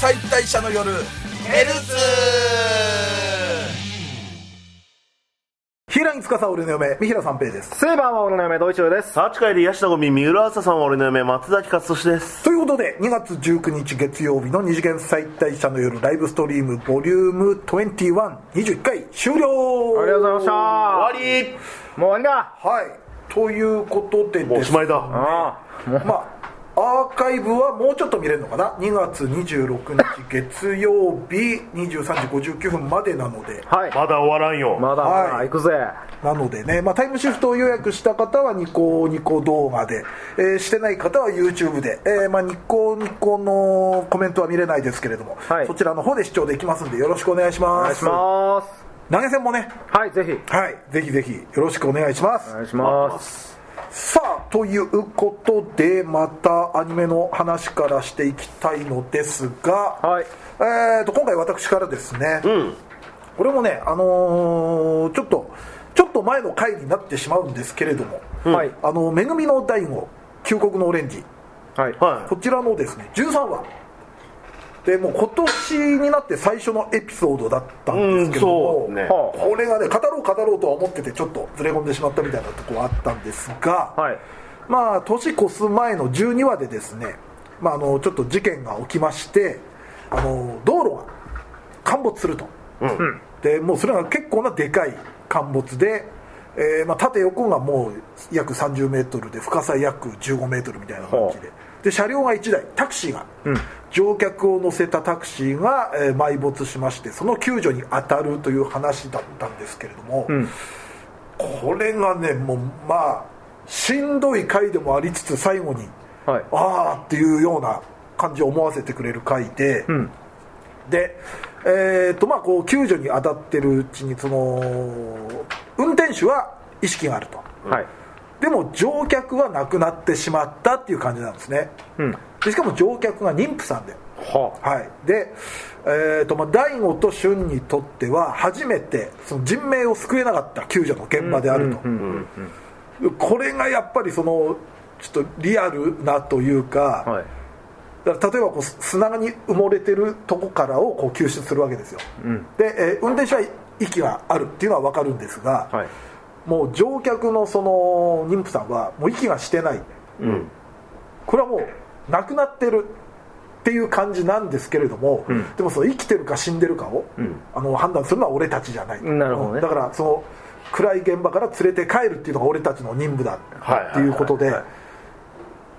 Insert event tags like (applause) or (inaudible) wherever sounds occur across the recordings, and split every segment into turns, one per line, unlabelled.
解体者の夜ヘルツ平井司俺の嫁三平三平です
セーバーは俺の嫁、ドイチューです。
サーチ会で癒したゴミ、三浦朝さん、俺の嫁、松崎勝利です。
ということで2月19日月曜日の二次元再退者の夜ライブストリームボリューム2121回終了
ありがとうございました。
終わり
もう終わりだ。
はいということで
もう
で
お
す
しまいだ。
あ
まあ、アーカイブはもうちょっと見れるのかな2月26日月曜日23時59分までなので
あ。はい。
まだ終わらんよ。
まだまだ
はい
行くぜ。
なのでね、まあ、タイムシフトを予約した方はニコニコ動画で、えーしてない方は YouTube で、えーまあ、ニコニコのコメントは見れないですけれども、
はい
そちらの方で視聴できますんでよろしくお願いし
お
ま
願いし
す
ます。
投げ銭もね
はい、ぜひ。
はいぜひぜひよろしくお願いします
お願いします。
さあということでまたアニメの話からしていきたいのですが、
はい
えー、と今回私からですね、これもね、あのーちょっとちょっと前の回になってしまうんですけれども「
はい。
あの恵みの大悟旧国のオレンジ
はい。
は」
こちらのですね13話でもう今年になって最初のエピソードだったん
い。う
です
ん、
けれども、
そうね。
は
これがね語ろう語ろうとは思っててちょっとずれ込んでしまったみたいなとこはあったんですが、
はい。
まあ年越す前の12話でですね、まあ、あのちょっと事件が起きましてあの道路が陥没すると、
うん。
でもうそれが結構なでかい陥没で、えーまあ、縦横がもう約3 0ルで深さ約1 5ルみたいな感じでで車両が1台タクシーが、乗客を乗せたタクシーが、えー埋没しましてその救助に当たるという話だったんですけれども、これがねもうまあしんどい回でもありつつ最後に
はい。
ああっていうような感じを思わせてくれる回で、
ん
で、えーとまあ、こう救助に当たってるうちにその運転手は意識があると
はい。
でも乗客は亡くなってしまったっていう感じなんですね、
うん。
でしかも乗客が妊婦さんで、
は
はい、で、えーとまあ、大悟と俊にとっては初めてその人命を救えなかった救助の現場であると、
うん。
これがやっぱりそのちょっとリアルなというか、
はい。
だから例えばこうす砂に埋もれてるとこからをこう救出するわけですよ、で、えー運転手は息があるっていうのは分かるんですが、
はい。
もう乗客のその妊婦さんはもう息がしてない
うん。
これはもう亡くなってるっていう感じなんですけれども、でもその生きてるか死んでるかを、あの判断するのは俺たちじゃない
なるほどね
だからその暗い現場から連れて帰るっていうのが俺たちの任務だっていうこと
はい
で
はいはい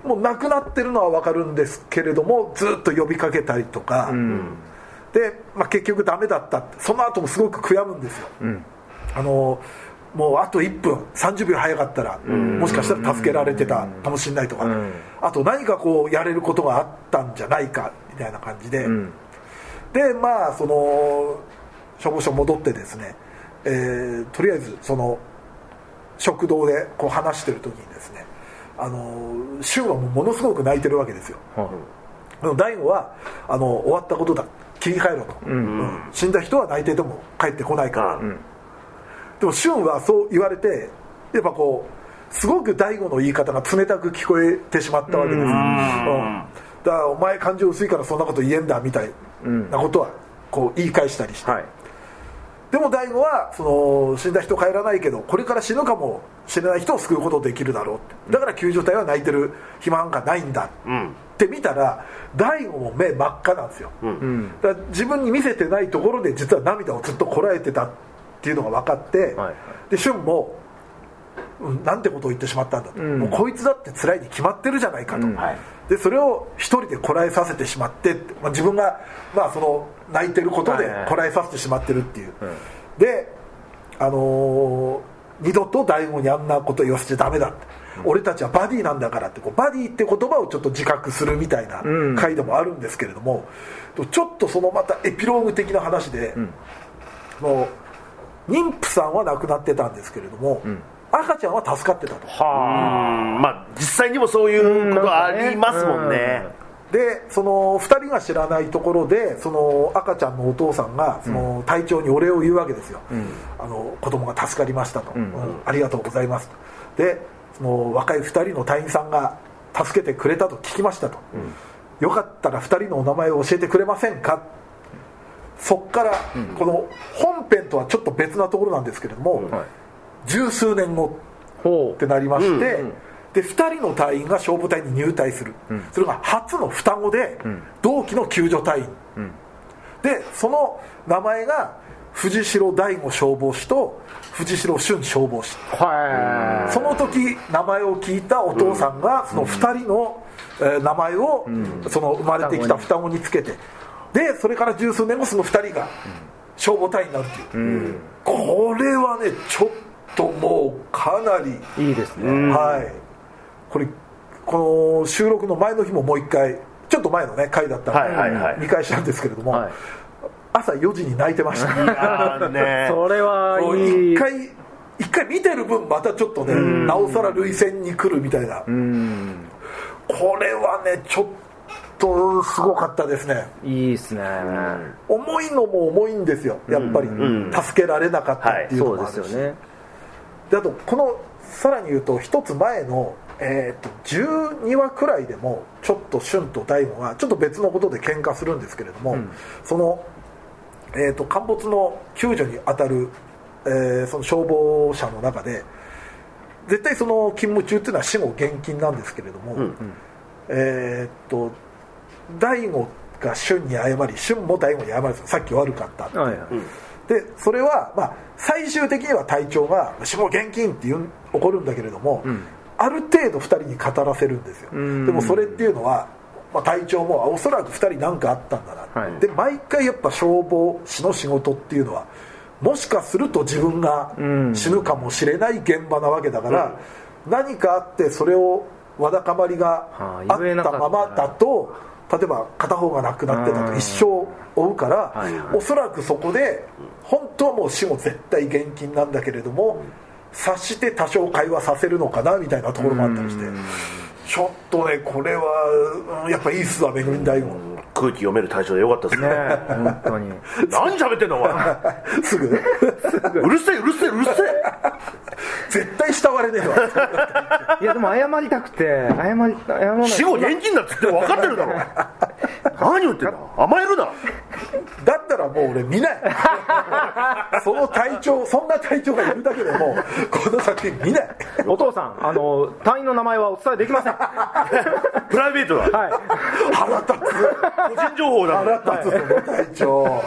もう亡くなってるのは分かるんですけれどもずっと呼びかけたりとか、で、まあ、結局ダメだったってその後もすごく悔やむんですよ、あのもうあと1分30秒早かったらもしかしたら助けられてたかもしれないとか、あと何かこうやれることがあったんじゃないかみたいな感じで、
ん
でまあその消防署戻ってですね、えーとりあえずその食堂でこう話してる時にですねあの柊はもうものすごく泣いてるわけですよ
は
でも大悟はあの終わったことだ切り替えろと、うん死んだ人は泣いてても帰ってこないから、
うん
でも俊はそう言われてやっぱこうすごく大悟の言い方が冷たく聞こえてしまったわけです、うんだからお前感情薄いからそんなこと言えんだみたいなことはこう言い返したりして、
い。
でも大悟はその死んだ人帰らないけどこれから死ぬかもしれない人を救うことできるだろうってだから救助隊は泣いてる暇なんかないんだ
うん。
って見たら大悟も目真っ赤なんですよ、
うん。
だから自分に見せてないところで実は涙をずっとこらえてたっていうのが分かって、
はい
で俊も、うん、なんてことを言ってしまったんだと、
ん
もうこいつだって辛いに決まってるじゃないかと、
うんはい
でそれを一人でこらえさせてしまってって、まあ、自分が、まあ、その泣いてることで
はいはい
こらえさせてしまってるっていう、であのー二度と大悟にあんなこと言わせちゃダメだって、俺たちはバディなんだからってこうバディって言葉をちょっと自覚するみたいな
うん
回でもあるんですけれども、ちょっとそのまたエピローグ的な話で、もう妊婦さんは亡くなってたんですけれども、赤ちゃんは助かってたと
は
まあ、実際にもそういうことありますもんね。
でその2人が知らないところでその赤ちゃんのお父さんがその隊長にお礼を言うわけですよ、あの子供が助かりましたと、うんありがとうございますとでその若い2人の隊員さんが助けてくれたと聞きましたと、よかったら2人のお名前を教えてくれませんかそっからこの本編とはちょっと別なところなんですけれども、
はい
十数年後
ほ
っ
う
てなりまして、
うん
で2人の隊員が消防隊に入隊する、それが初の双子で、同期の救助隊員、でその名前が藤代大吾消防士と藤代俊消防士
は
その時名前を聞いたお父さんがその2人の、えー名前を、その生まれてきた双子につけてでそれから十数年後その2人が消防隊員になるという、これはねちょっともうかなり、
いいいですね
はいこれこの収録の前の日ももう一回ちょっと前のね回だった
はいはいは
ら
い
見返したんですけれども、
はい
朝4時に泣いてました
あーね
(laughs) それは
もう
い
一
い
回一回見てる分またちょっとねなおさら涙腺に来るみたいなこれはねちょっとすごかったですね
いいですね
重いのも重いんですよやっぱり助けられなかったっていうのもあ
そうで
るし、
すよね
であとこのさらに言うと一つ前の、えー、と12話くらいでもちょっと俊と大悟がちょっと別のことで喧嘩するんですけれども、その、えー、と陥没の救助に当たる、えーその消防車の中で絶対その勤務中っていうのは死後厳禁なんですけれども、えー、と大悟が俊に謝り俊も大悟に謝るんですよさっき悪かったって
はいはい
でそれは、まあ、最終的には隊長が「死亡現金」って言う起こるんだけれども、ある程度2人に語らせるんですよ、
ん
でもそれっていうのは、まあ、隊長もあおそらく2人何かあったんだな、
はい
で毎回やっぱ消防士の仕事っていうのはもしかすると自分が死ぬかもしれない現場なわけだから、何かあってそれをわだかまりが
は
あ
あ
っ
言えな
た
かっ
ま
た
まだと例えば片方が亡くなってた
う
と
ん
一生追うから、
いはい
おそらくそこで本当はもう死後絶対現金なんだけれども察して多少会話させるのかなみたいなところもあったりしてちょっとねこれはうんやっぱいいっすわめぐみ大悟
空気読める対象でよかったです
ね
ね
本当に
(laughs) 何喋ってんのお前
すぐ
(laughs)
うるせえうるせえうるせえ
絶対慕われねえわ
いやでも謝りたくて謝り謝らない
死後現金だっつって分かってるだろ何言ってんだ甘えるな
だったらもう俺見ない
(laughs)
その隊長そんな隊長がいるだけでもうこの作品見ない
お父さんあの隊員の名前はお伝えできませんは
プライベートだ
い
腹立つ
個人情報だ
腹立つその隊長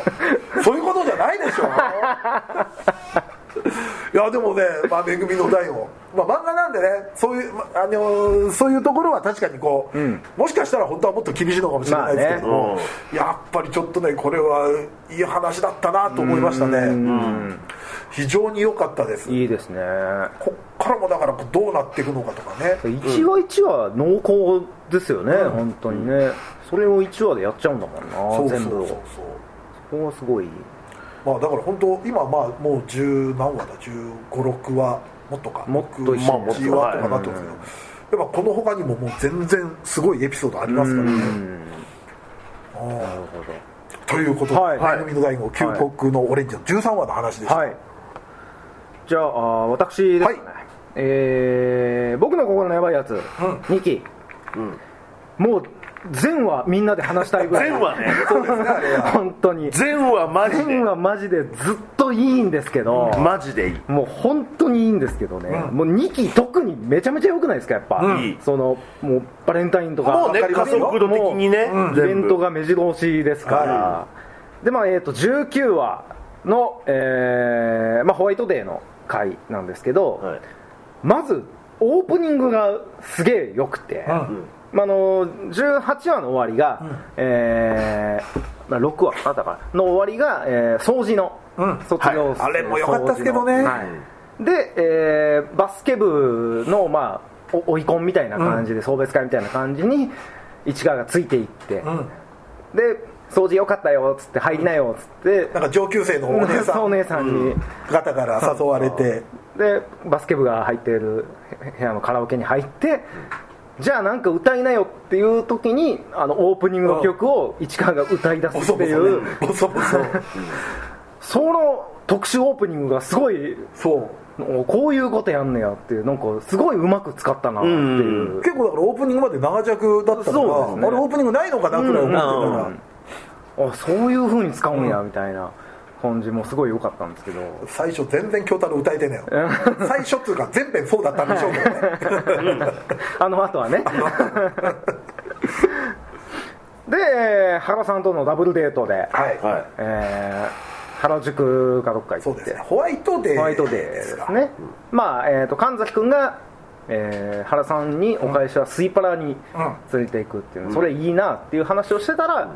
そういうことじゃないでしょいやでもね、まあ、恵みの代を、まあ、漫画なんでねそういう、まあのそういうところは確かにこう、もしかしたら本当はもっと厳しいのかもしれないですけど、
まあね
やっぱりちょっとねこれはいい話だったなと思いましたね、うん非常に良かったです
いいですね
こっからもだからどうなっていくのかとかね
一話一話濃厚ですよね、本当にね、それを一話でやっちゃうんだもんな
そうそう
全部
そ
を
うそう
そこがすごい
まあだから本当今まあもう十何話だ1 5 6話もっとか
もっと
1
まあ
もっ
話
と
とかなってますけど、やっぱこの他にももう全然すごいエピソードありますからね
なるほ
ということで「
はい
めぐみの大悟旧国のオレンジ」の13話の話でし
ど
た、
はいじゃああー私ですかね、
はい
えー僕の心のやばいやつ、2期、もう全話みんなで話したいぐらい
全話ね
そうですねあれは
本当に
全話マジ
全
で
話マジでずっといいんですけど、
マジでいい
もう本当にいいんですけどね、もう2期特にめちゃめちゃ良くないですかやっぱ、
いい
そのもうバレンタインとか
もうね
わかり
加
ますよ
速度的にね
もうイベ
全
ント
部
が目白押しですから、
は
でまあえー、と19話の、えーまあ、ホワイトデーの回なんですけど、
はい
まずオープニングがすげえ良くて、
うん
まあ、あの18話の終わりが、えーまあ、6話かなだからの終わりが、えー掃除の、
うん
卒業、
はいあれも良かったですけどね
掃除のはい、で、えーバスケ部の、まあ、お追い込みみたいな感じで、送別会みたいな感じに市川がついていって、
うん
で掃除良かったよっつって入りなよっつって
(laughs) なんか上級生のお姉さ
そうんお姉さんに。
方から誘われて
でバスケ部が入っているへ部屋のカラオケに入って、じゃあなんか歌いなよっていう時にあのオープニングの曲を市川が歌い出
ボ
す
ソ
っ
ボ
てい
ソ
う
ねボソボソ
その特殊オープニングがすごい
そう
おこういうことやんねやっていうなんかすごいうまく使ったなっていう、
結構だからオープニングまで長尺だったか
そう
ら、
ですね
あれオープニングないのかなくらい思ってたから、
あそういうふうに使うんやみたいな感じもすごい良かったんです (laughs) けど
最初全然京太郎歌えてねえよ最初っていうか全編そうだったんでしょうけどね
あの後は (laughs) ねでえー原さんとのダブルデートで、
はい、
はい
えー原宿かどっか
そ
行
う
っ
です
て
ねホワイトデー
ホワイトデー
で
ですす
か
ね、まあ、えー、と神崎君が、えー原さんにお返しはスイパラに連れていくっていう、それいいなっていう話をしてたら、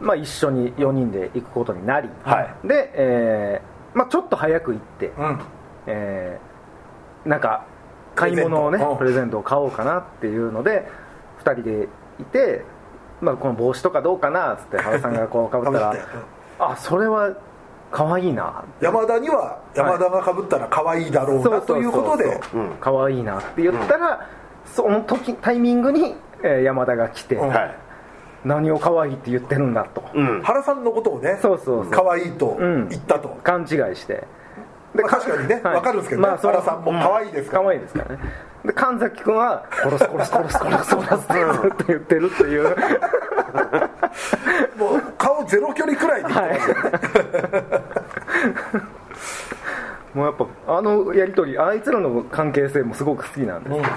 まあ、一緒に4人で行くことになり、
は
で、えーまあ、ちょっと早く行って、
うん
えーなんか買い物をね
プレゼントうん
プレゼントを買おうかなっていうので2人でいて、まあ、この帽子とかどうかなっつって原さんがこうかぶった
被って
らあそれは可愛いな
山田には山田がかぶったら可愛いだろうなということで
うん
可愛いなって言ったら、その時タイミングに、えー山田が来て、
うん
はい
何を可愛いって言ってるんだと、
うん
原さんのことをね
そうそうそう
可愛いと
うん
言ったと、
勘違いして
まあ確かにね
はい
わかるんですけどね
まあそう
原さんも可愛いですから
可愛いですからねで神崎君は「殺す殺す殺す殺す殺す」ってずっと言ってるっていう
もう顔ゼロ距離くらいで
(laughs) もうやっぱあのやり取りあいつらの関係性もすごく好きなんです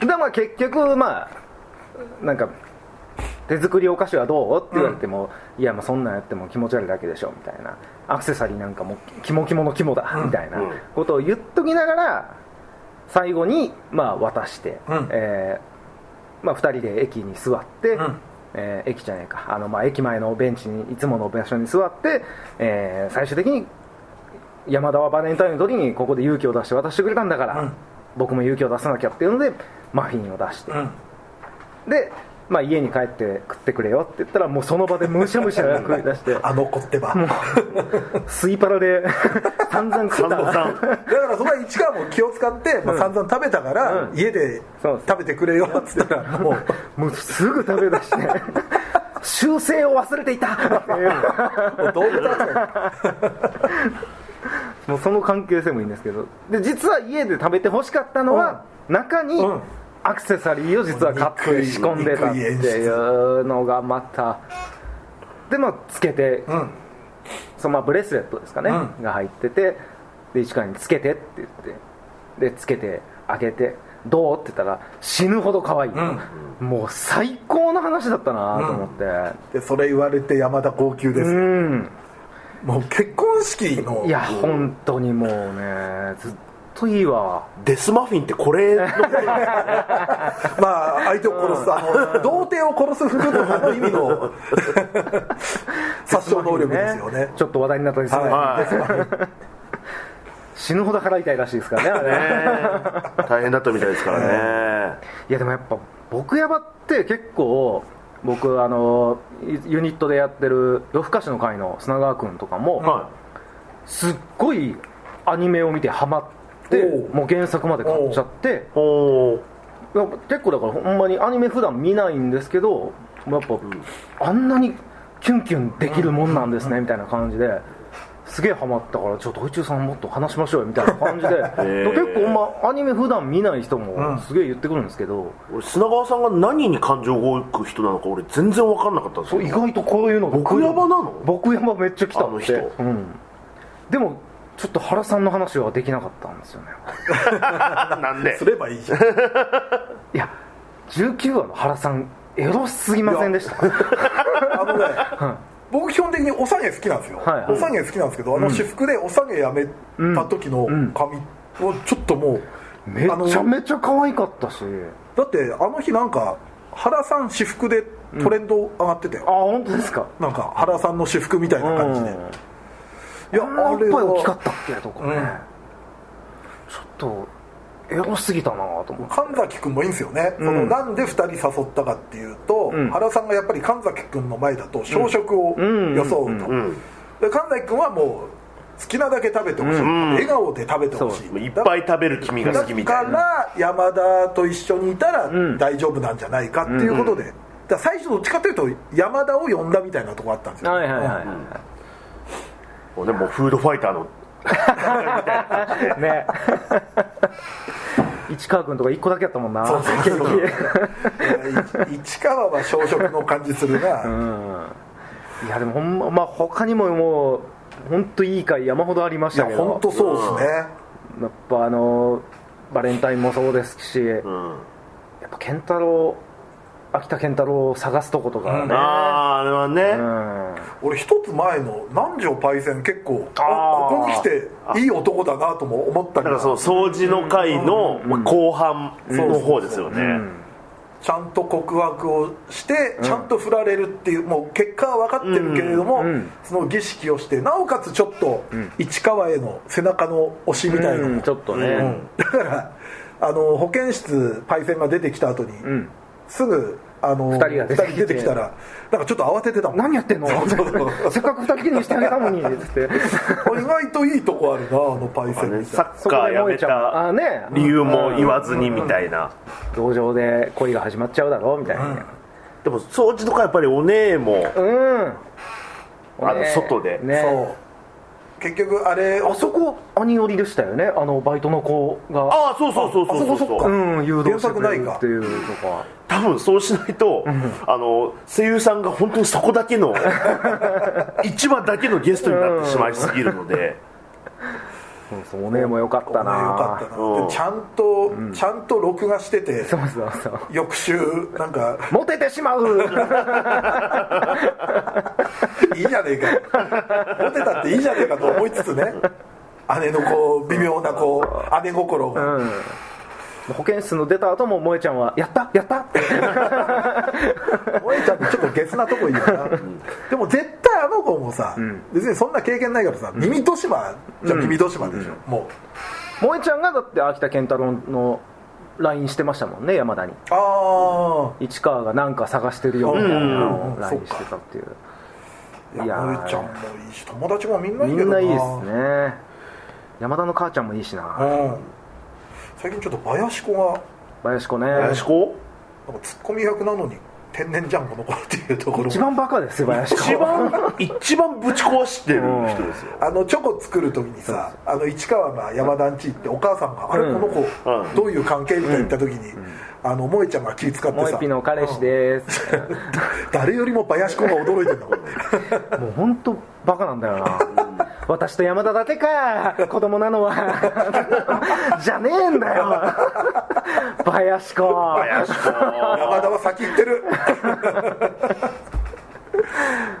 けど、でまあ結局まあなんか手作りお菓子はどうって言われても、いやまあそんなんやっても気持ち悪いだけでしょみたいなアクセサリーなんかもキモキモのキモだ、みたいな
うん
ことを言っときながら最後にまあ渡して、
うん
えーまあ、2人で駅に座って、
ん
えー駅じゃないかあの、まあ、駅前のベンチにいつもの場所に座って、えー最終的に山田はバレンタインの時にここで勇気を出して渡してくれたんだから、
うん
僕も勇気を出さなきゃっていうのでマフィンを出して、
うん
で、まあ、家に帰って食ってくれよって言ったらもうその場でむしゃむしゃ食い出して
(laughs) あの子ってば
スイパラで (laughs) 散々食っ
三郎さ
た
ん
(laughs) だからそこは市川も気を使って、まあ、散々食べたから、
うん
家で
そうです
食べてくれよっつったらもう
もうすぐ食べ出して (laughs) 修正を忘れていたっていう
もう動物だったよ
もうその関係性もいいんですけどで実は家で食べてほしかったのは、中に
うん
アクセサリーを実は買って仕込んでたっていうのがまたでまあつけて、
ん
そのまあブレスレットですかね、
う
が入っててで市川に「つけて」って言ってでつけてあげて「どう?」って言ったら死ぬほど可愛い、もう最高の話だったなと思って
でそれ言われて山田号泣ですよ、
うん
もう結婚式の
いや本当にもうねずっといいわ
デスマフィンってこれの
まあ相手を殺す、あの童貞を殺す福野さんの意味の殺傷能力ですよね
ちょっと話題になったりする、
は
死ぬほど払いたいらしいですからねあれ
いね大変だったみたいですからね
いやでもやっぱ僕やばって結構僕あのユユニットでやってる夜更かしの会の砂川君とかも、
は
すっごいアニメを見てハマって
おう
もう原作まで買っちゃって
いおー
いや結構だからほんまにアニメ普段見ないんですけどやっぱ、あんなにキュンキュンできるもんなんですね、みたいな感じですげえハマったからちょっと宇宙さんもっと話しましょうよみたいな感 (laughs) じで、
ー
結構ほんまアニメ普段見ない人もすげえ言ってくるんですけど、
俺砂川さんが何に感情動く人なのか俺全然分かんなかったんです
そう
よ
意外とこういうの
僕ヤバなの
僕山めっちゃ来た
あの
って
人
うん、でもちょっと原さんの話はできなかったんですよね
なんです
ればいいじゃん
いや19話の原さんエロすぎませんでした
あのね、僕基本的にお下げ好きなんですよ、
はいはい
お下げ好きなんですけどあの私服でお下げやめた時の髪をちょっともう、
め
あの
ちゃめちゃ可愛かったし
だってあの日なんか原さん私服でトレンド上がってた
あ
よ、
本当ですか
なんか原さんの私服みたいな感じで、
うん
いや
あんなおっぱい大きか
は
ったっけとか
うん
ね、ちょっとエロすぎたなと思って
神崎君もいいんですよね、
ん
そのなんで2人誘ったかっていうと、
ん
原さんがやっぱり神崎君の前だと小食を
うん
装うと、
うん
で神崎君はもう好きなだけ食べてほしい、
ん
笑顔で食べてほしい、
もういっぱい食べる君が
だ
好きみた
か
いな
ら山田と一緒にいたら
ん
大丈夫なんじゃないかっていうことで、だから最初どっちかというと山田を呼んだみたいなとこあったんですよ、
はいはいはい、
もうねもうフードファイターの
ね (laughs) 市川君とか1個だけやったもんな
そうそうそう
(laughs) ケー
いやい市川は小食の感じするな、
キうんいやでもほんま、まあ、他にももう本当いい回山ほどありまし
いや
たけど
本当そうですね、
やっぱあのバレンタインもそうですし、や
うん
っぱ健太郎秋田健太郎を探すとことかね、
ああーあれはね、
うん
俺一つ前の南條パイセン結構あ
あー
ここに来ていい男だなとも思った
だ
け
からその
ど
掃除の会の後半の方ですよね、
ちゃんと告白をしてちゃんと振られるっていうもう結果は分かってるけれども、
うん
その儀式をしてなおかつちょっと市川への背中の押しみたいなの
う
も
んちょっとね、
うんだからあの保健室パイセンが出てきた後に、
ん
すぐあの
二人が出てきて
二出てきたらなんかちょっと慌ててたもん
何やってんの
そうそう
(laughs)
そう
せっかく二人きりにしてあげたのにって
あ意外といいとこあるなあのパイセンみたいな
サッカーやめ
あ
た
ね
理由も言わずにみたいな、
同情で恋が始まっちゃうだろうみたいな
でも掃除の会やっぱりお姉も
うん、
あの外で
ね
そう結局あれ
あそこ兄寄りでしたよねあのバイトの子が
ああそうそうそうそうそう
あそこそっ
そう
か
うん誘導してくれるっていうとか
多分そうしないと、あの声優さんが本当にそこだ
(laughs)
けの一話だけのゲストになってしまいすぎるので、
そうそうお姉も良かった
お前よ
な
かったな
うん
でちゃんと、ちゃんと録画してて
(laughs) そうそうそう
翌週なんか
モテてしまう
いいじゃねえかモテたっていいじゃねえかと思いつつね姉のこう微妙なこう姉心が、
保健室の出た後も萌えちゃんは「やったやった!」って
萌えちゃんってちょっとゲスなとこいいよな、でも絶対あの子もさ、別にそんな経験ないからさ耳戸島じゃ耳戸島でしょ、もう
萌えちゃんがだって秋田健太郎の LINE してましたもんね山田に
あ
市川が何か探してるよみたいなの
う
を
ん
LINE してたっていう
あ
いやー
萌えちゃんもいいし友達もみんないい
み
けど
んないいですね山田の母ちゃんもいいしな
うん最近ちょっと林子が
林子ね
林子
なんかツッコミ役なのに天然じゃんこの子っていうところも
一番バカですよ林子
一番一番ぶち壊してる人ですよ、
あのチョコ作る時にさあの市川が山田んち行ってお母さんが「あれこの
う
子
ん
どういう関係?」みたいに言った時にあの萌えちゃんが気使って
萌え
さ
ピの彼氏です
誰よりも林子が驚いてんだもん
(laughs)
もう本当バカなんだよな私と山田だけか子供なの
(laughs)
はじゃねえんだよ林子
林子
山田は先行って
(laughs)
る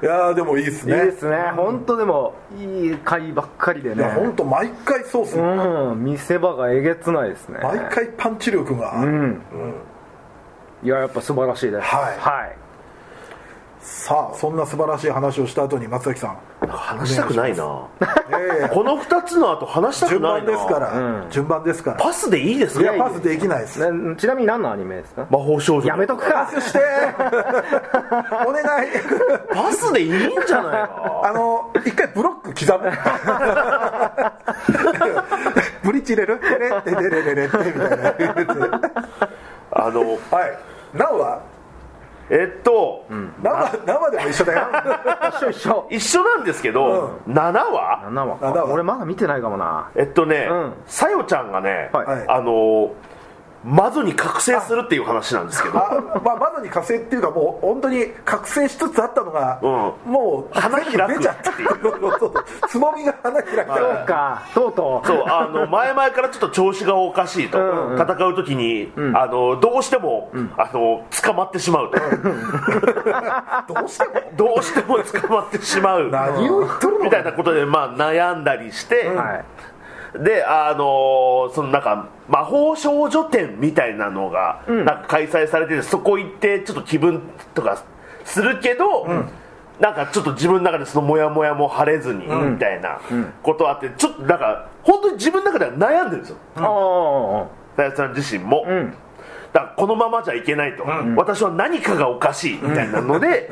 いやーでもいいっす
いい
ね
ですね本当でもいい回ばっかりで
いや
ね
本当毎回そうっすね
うん見せ場がえげつないですね
毎回パンチ力が
うんいややっぱ素晴らしいです
はい
はい
さあそんな素晴らしい話をした後に松崎
(laughs)
さん
話したくないな
ええ
この2つの後話したく
順
ない
番
な
ですから順番ですから
パスでいいです
い
ね
やパスできないです
なちなみに何のアニメですか
魔法少女
やめとく (laughs) か
(laughs)
してお願い
パスでいいんじゃないの
(laughs) あの一回ブロック刻むブリッジ入れるレレってレレレレってみたいな
あの
はいなおは
えっと、
生生でも一緒
(laughs)
だよ
一緒一緒
一緒なんですけど、7話
7話
七
か
話
俺まだ見てないかもな
えっとね
うん
さよ、ちゃんがね、
はい
あの魔女に覚醒するっていう話なんですけど
あまあ窓に覚醒っていうかもう本当に覚醒しつつあったのが、
う
もう
花開く
出ちゃった
っていう
つぼみが花開いた
そうかとうとう
(laughs) そうあの前々からちょっと調子がおかしいと、
うんうん
戦う時に、あのどうしても、あの捕まってしまうと、
どうしても
どうしても捕まってしまう
何を言っとるの
みたいなことで、まあ、悩んだりして、
はい
であのーそのなんか魔法少女展みたいなのがなんか開催されてて、そこ行ってちょっと気分とかするけど、なんかちょっと自分の中でそのモヤモヤも晴れずにみたいなことあってちょっとなんか本当に自分の中では悩んでるんですよ
ああ
大吉さん自身も、
ん
だからこのままじゃいけないと、私は何かがおかしいみ (laughs) たいなので、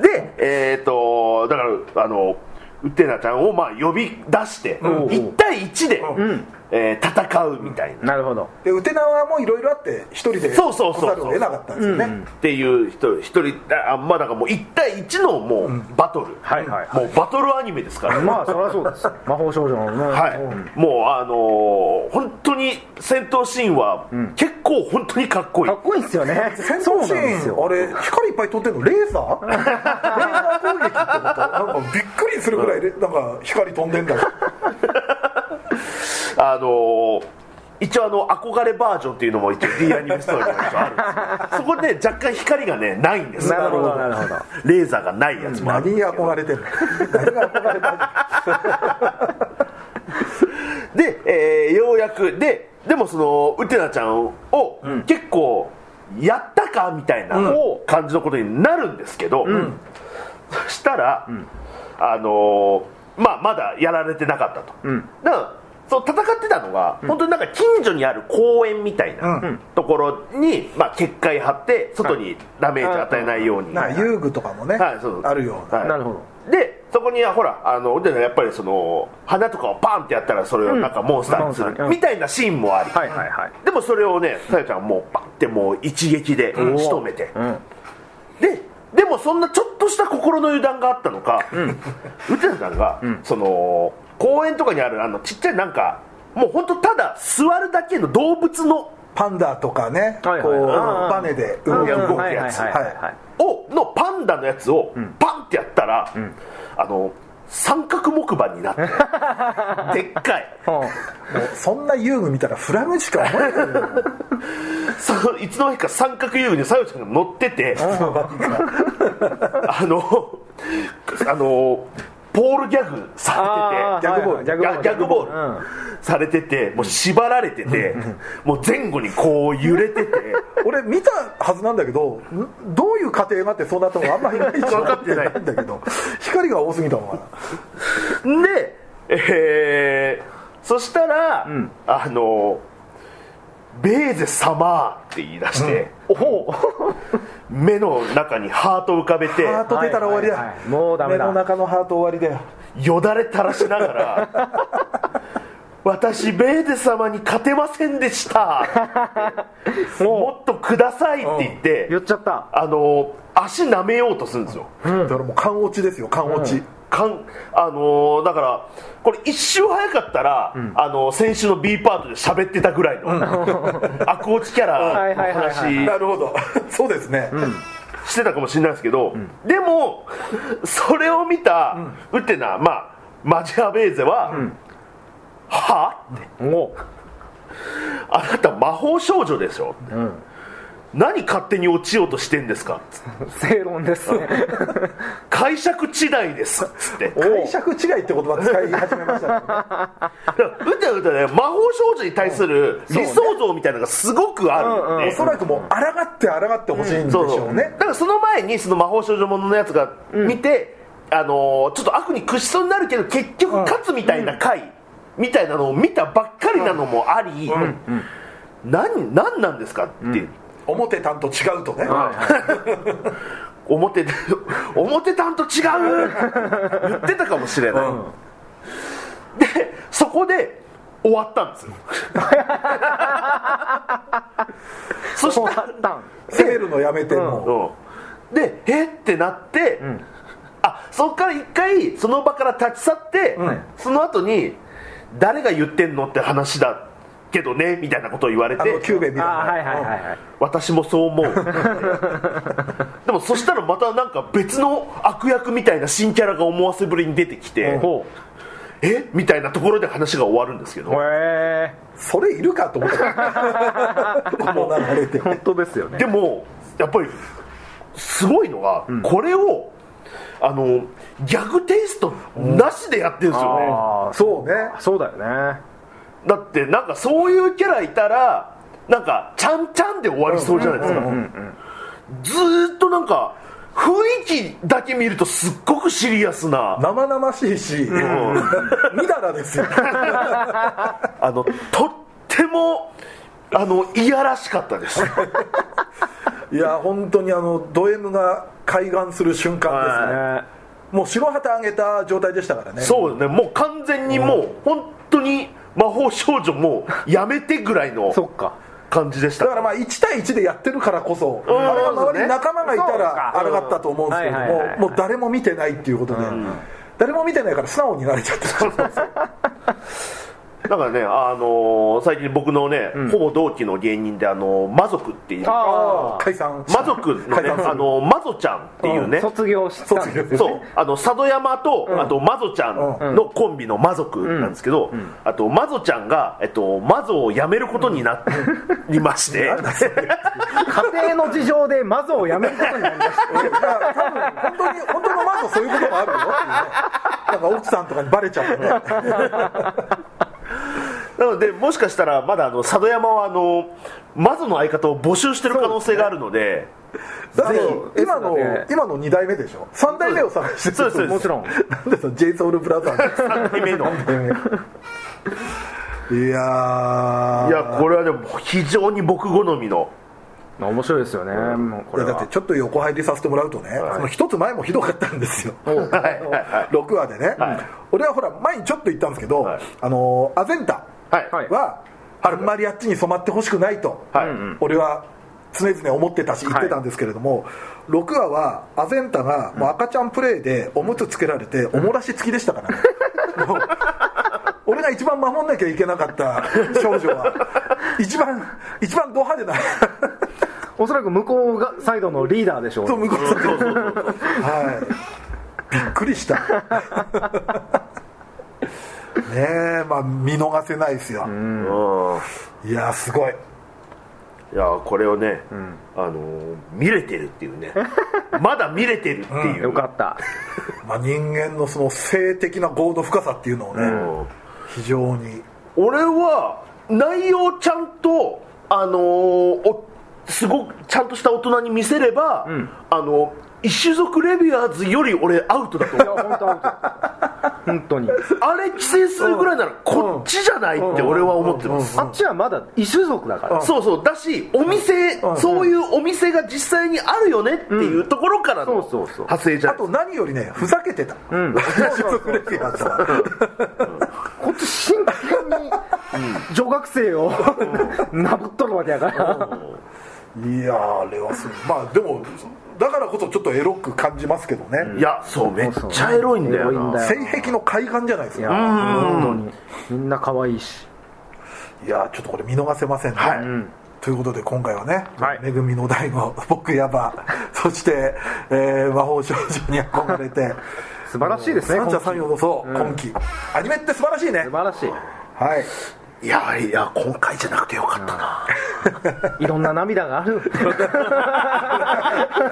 でえっ、とだからあのウテナちゃんをまあ呼び出して
うん
1対1で、
うん
えー戦うみたいな、
なるほど
でウテナはもういろいろあって一人で
そうそうそ
来ざ
うそう
るを得なかったんですよね、
っていう人一人ああまあだからもう1対1のもうバトル、
はいはい
もうバトルアニメですから、
まあそりゃそうです (laughs) 魔法少女のね
はい、もうあのー本当に戦闘シーンは結構本当にかっこいい、
かっこいいっすよね
戦
そう
闘
なん
シ
です
ーンあ
よ
れ光いっぱい飛んでるのレーザ
(laughs)
ーレーザー攻撃ってことなんかびっくりするぐらいレなんか光飛んでんだよ
(laughs)
あのー一応あの憧れバージョンっていうのも一応 D アニメストーリーのやつあるんですよそこでね若干光がねないんです
なるほどなるほど
レーザーがないやつもあ
何
る
に憧れてんの何が憧れてんの
で、えーようやくででもそのウテナちゃんを結構やったかみたいな感じのことになるんですけど、そしたら、あのーまあ、まだやられてなかったと、
ん
だからそう戦ってたのが、本当になんか近所にある公園みたいな
うん
ところに、まあ、結界張って外にダメージ与えないように、
なんか遊具とかもね、
はいそうそう
あるような、
はい
なるほど
でそこにほらあの俺らやっぱりその花とかをパンってやったらそれをなんかモンスターにす
モンスター
る
に
みたいなシーンもあり、
はいはいはい
でもそれをねさやちゃんはもうパッてもう一撃で仕留めて、
うん
ででもそんなちょっとした心の油断があったのか、うてなさんが、その公園とかにあるあのちっちゃいなんかもう本当ただ座るだけの動物の
パンダとかね、
はいはい
こう
あー
バネで動く
動く
はいは
や
い
つ
はいはい
をのパンダのやつをパンってやったら、あの三角木馬にな
(laughs)
ってでっかい
もうそんな遊具見たらフラグしか思え
(laughs)
ないよ
そのいつの日か三角遊具にさよちゃんが乗っててあのあのポールギャグさ
あ
れてて
ー
ギャグボール
はいはい
ギャグボール
うん
されててもう縛られててもう前後にこう揺れてて
俺見たはずなんだけどんどういう過程があってそうなったのかあんまりいまいち分
かってない
んだけど光が多すぎたのかな
で、えーそしたら、あのベーゼ様って言い出して、
お
目の中にハートを浮かべて
ハート出たら終わりだ、
はいはいはいもうダメだ
目の中のハート終わりだよ
よだれ垂らしなが
(laughs)
ら私ベーゼ様に勝てませんでした
おも
もっとくださいって言って
う、言っちゃった
あの足舐めようとするんですよ
だからもう缶落ちですよ缶落ち、
かんあのーだからこれ一周早かったら、あのー先週の B パートで喋ってたぐらいの、 (laughs) 悪落ちキャ
は
ラ
いはい
の
はいはい
話
なるほど (laughs) そうですね、
してたかもしれないですけど、でもそれを見た、ウテナまあマジアベーゼは、はあって
お
あなた魔法少女でしょ、何勝手に落ちようとしてんですかつって
正論 (laughs) ですね
解釈違いですつって
解釈違いって言葉使い始めましたね
だからうてうてね魔法少女に対する理想像みたいなのがすごくあるので
おそらくもう抗って抗ってほしいんでし
そうそ
ょ
う
う
だ
ね、
からその前にその魔法少女もののやつが見て、あのーちょっと悪に屈しそうになるけど結局勝つみたいな回みたいなのを見たばっかりなのもあり、何何なんですかって、
表担と違うとね、
表で (laughs) 表担と違う言ってたかもしれない、でそこで終わったん
(laughs)
ですよそし
終
たら
わったん
攻めるのやめても
うんでえってなって、あそっから一回その場から立ち去って、
ん
その後に誰が言ってんのって話だけどねみたいなことを言われ
あの
て
キューベみたいな
あーはいはいはいはい
私もそう (laughs) 思うでもそしたらまたなんか別の悪役みたいな新キャラが思わせぶりに出てきて、
ほ
えみたいなところで話が終わるんですけ
う
ど
へえ
それいるかと思ったこの流れで
本当ですよね
でもやっぱりすごいのが、これをあのギャグテイストなしでやってるんですよね、
ああそ
そうね
そうだよね
だってなんかそういうキャラいたらなんかちゃんちゃんで終わりそうじゃないですか、ずーっとなんか雰囲気だけ見るとすっごくシリアスな
生々しいし、みだらですよ
あのとってもあのいやらしかったです
いや本当にあのド M が開眼する瞬間ですね、
ね
もう白旗上げた状態でしたからね
そうですねもう完全にもう、本当に魔法少女もうやめてぐらいの
そっか
感じでした
だからまあ1対1でやってるからこそ、あれは周りに仲間がいたらあれだったと思うんですけども、
そうかうんはいはいはい
もう誰も見てないっていうことで、誰も見てないから素直になれちゃってる
だからね、あのー最近僕のね、ほぼ同期の芸人で、あのー魔族っていう魔
あ
解散
族のね、
解散する
あのー魔女ちゃんっていうね、
卒業した
卒業
そうあの佐渡山と、あと魔女ちゃんのコンビの魔族なんですけど、あと魔女ちゃんが、えっと、魔女を辞めることになりまして、
家庭の事情で魔女をやめることになりました
いや多分本当に本当のマゾそういうこともあるよっていうねなんか奥さんとかにバレちゃうね
なのでもしかしたらまだあの佐渡山はあの魔女の相方を募集してる可能性があるので
だって
ぜひ
今の、
ですね
今の2代目でしょ3代目を探してる
そうですそうです
もちろん
なんでその j ソ o ルブラザ
(laughs)
ー
3回目の
ズいやー
いやこれはでも非常に僕好みの。
まあ面白いですよねもうこれ
いやだって
は
ちょっと横入りさせてもらうとね、その一つ前もひどかったんですよ、6話でね、俺はほら前にちょっと言ったんですけど、
はい
あのーアゼンタ
はい、
はい
はあんまりあっちに染まってほしくないと、
はい
俺は常々思ってたし言ってたんですけれども、6話はアゼンタがもう赤ちゃんプレイでおむつつけられておもらし付きでしたからね、もう俺が一番守んなきゃいけなかった少女は一番一番ド派手な
おそらく向こうがサイドのリーダーでしょう
と
ね
向こうさんはいびっくりしたねえまあ見逃せないですよ、
うん
いやすごい
いやーこれをね、あのー見れてるっていうねまだ見れてるっていう、
よかった
まあ、人間のその性的な業の深さっていうのをね、
うん
非常に
俺は内容をちゃんとあのーおすごくちゃんとした大人に見せれば、あの一種族レビュアーズより俺アウトだと
いや
思う
本当アウト本当に
あれ規制するぐらいならこっちじゃないって俺は思ってます、
あっちはまだ異種族だから
そうそうだしお店、そういうお店が実際にあるよねっていうところからの
そうそうそう
派生じゃ
あ
ない
と何よりねふざけてた、うん、レビアーズは
こっち真剣に女学生を (laughs) なぶっとるわけやから
いやーあれはすごいまあでもだからこそちょっとエロく感じますけどね、
いやそうめっちゃエロいんだよ
エロいん
な
だよ
性癖の海岸じゃないです
い
か
や本当にみんな可愛いし
いやーちょっとこれ見逃せませんね、
はい
うんということで今回はね、
はい
めぐみの (laughs) 大悟僕ヤバそして、えー魔法少女に憧れて
素晴らしいですね
三者
今期
三様のそう、今期アニメって素晴らしいね
素晴らし
はい
いやいや今回じゃなくてよかったない
いろんな涙があ (laughs) る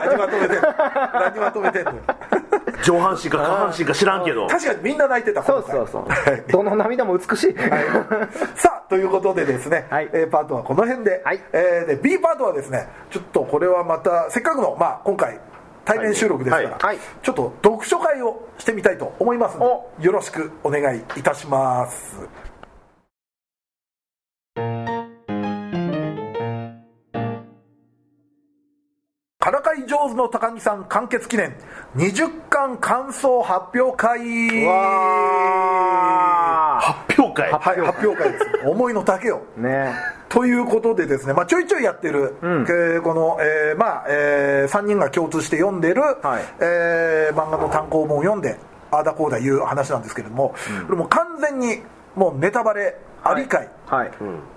何まとめてんの何まとめてんの
上半身か下半身か知らんけど
確かにみんな泣いてた
そ
今
う
回
そうそう
はい
どの涙も美しい
さあということでですね、
はい
えーパートはこの辺で,、
はい
えーで B パートはですねちょっとこれはまたせっかくの、まあ、今回対面収録ですから、
はい
はい
ちょっと読書会をしてみたいと思いますのでよろしくお願いいたしますからかい上手の高木さん完結記念20巻感想発表会
あ
発表会
はい、発表会
(laughs)
です思いの丈を
ーね
ということでですね、まあ、ちょいちょいやってる、えーこの、えーまあえ3人が共通して読んでる、
はい
えー漫画の単行本を読んでああだこうだいう話なんですけれども、これもう完全にもうネタバレありかい、
はい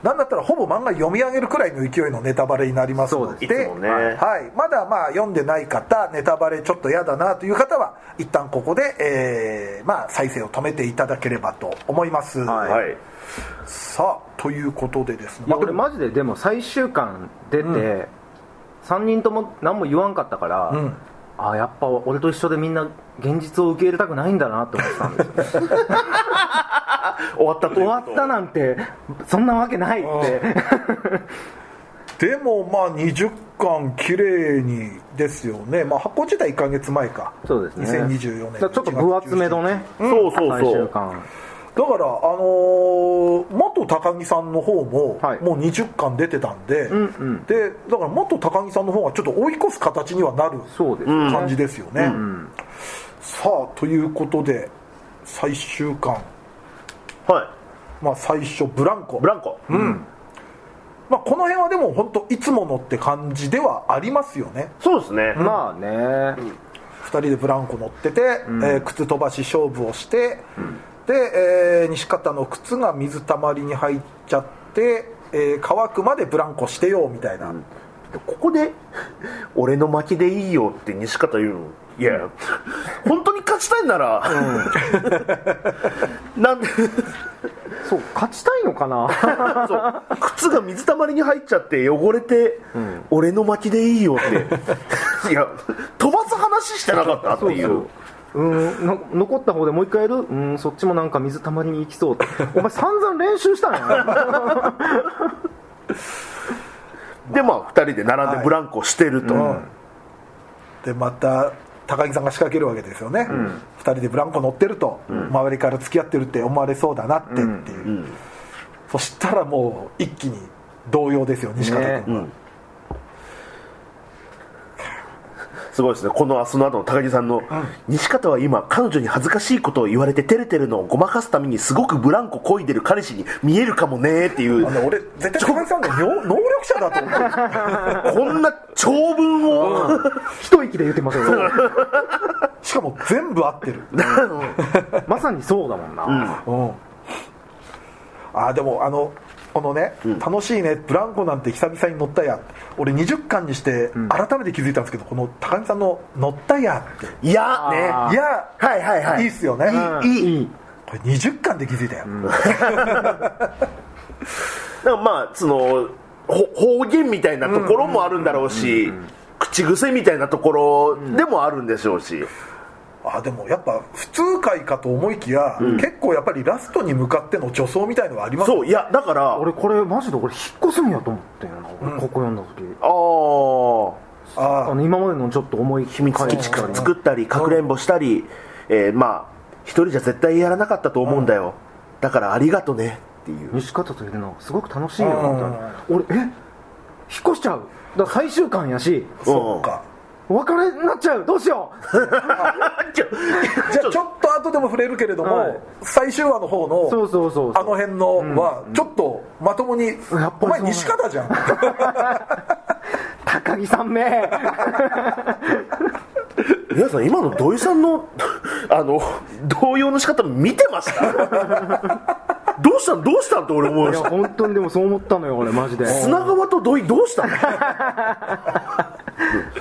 なんだったらほぼ漫画読み上げるくらいの勢いのネタバレになりますので
そうですいつもね
はい、まだまあ読んでない方ネタバレちょっと嫌だなという方は一旦ここで、えーまあ、再生を止めていただければと思います、
はい
はい
さあということでですね、
いや
まあ
俺マジででも最終巻出て3人とも何も言わんかったから
ん
あーやっぱ俺と一緒でみんな現実を受け入れたくないんだなって思ってたんですよ (laughs)
終わったとい
終
う
わったなんてそんなわけないって
でもまあ20巻綺麗にですよね、まあ、発行自体1か月前か
そうですね
2024年
だからちょっと分厚めのね
そうそう
最
そ
終
う
巻
だからあのー元高木さんの方も、
はい
もう20巻出てたんで、
んうん
でだから元高木さんの方がちょっと追い越す形にはなる
そうですね
感じですよね、さあということで最終巻、
はい
まあ、最初ブランコ
ブランコうん
まあ、この辺はでも本当いつものって感じではありますよね
そうですねま
まあね
2人でブランコ乗ってて、えー靴飛ばし勝負をして、で、えー西方の靴が水たまりに入っちゃって、えー乾くまでブランコしてよみたいな、
あここで俺の負けでいいよって西方言うのいや本当に勝ちたいなら (laughs) なんで
そう勝ちたいのか
(laughs)
な
そう靴が水たまりに入っちゃって汚れて、俺の巻きでいい
(laughs)
よっていや飛ばす話してなかったっていう
うんの残った方でもう一回やるうんそっちもなんか水たまりに行きそうお前散々練習したんや
でまあ2人で並ん
は
で
い
ブランコしてると、
でまた高木さんが仕掛けるわけですよね、2人でブランコ乗ってると、周りから付き合ってるって思われそうだなってっていう、そしたらもう一気に動揺ですよ西方君、
ね
うんすごいですねこのその後の高木さんの、西方は今彼女に恥ずかしいことを言われて照れてるのをごまかすためにすごくブランコ漕いでる彼氏に見えるかもねーっていう
あの俺絶対高木さんが能能力者だと思って (laughs) る
こんな長文を、
(laughs) 一息で言ってますよね
しかも全部合ってる
まさにそうだもんな、
うん、あーでもあのこのね、楽しいねブランコなんて久々に乗ったや俺20巻にして改めて気づいたんですけど、この高木さんの「乗ったや」って
いやね
あー
いや
はいはいはい
いいっすよね
いいいい
いい
これ20巻で気づいたよ、
だからまあそのほ方言みたいなところもあるんだろうし口癖みたいなところでもあるんでしょうし
あーでもやっぱ普通回かと思いきや、結構やっぱりラストに向かっての助走みたいのはあります
そういやだからあ
俺これマジで俺引っ越すんやと思ってんよな俺ここ読んだ時、
あ
あ
あ
ー
の今までのちょっと思い秘密
基地作ったりかくれんぼしたりえーまあ一人じゃ絶対やらなかったと思うんだよだからありがとねっていう
西方といるのすごく楽しいよみたいな俺え引っ越しちゃうだから最終巻やし
そうか
お別れになっちゃうどうしよう
じゃあちょっと後でも触れるけれども、
はい
最終話の方の
そうそうそう
あの辺のはちょっとまともに「
ぱり
お前
そうなんだ
西方じゃん」
高木さ
(laughs)
んめ
皆さん今の土井さんのあの動揺の仕方見てました (laughs) どうしたんどうしたんって俺思い
い
ま
や
した
本当にでもそう思ったのよ俺マジで
砂川と土井どうしたの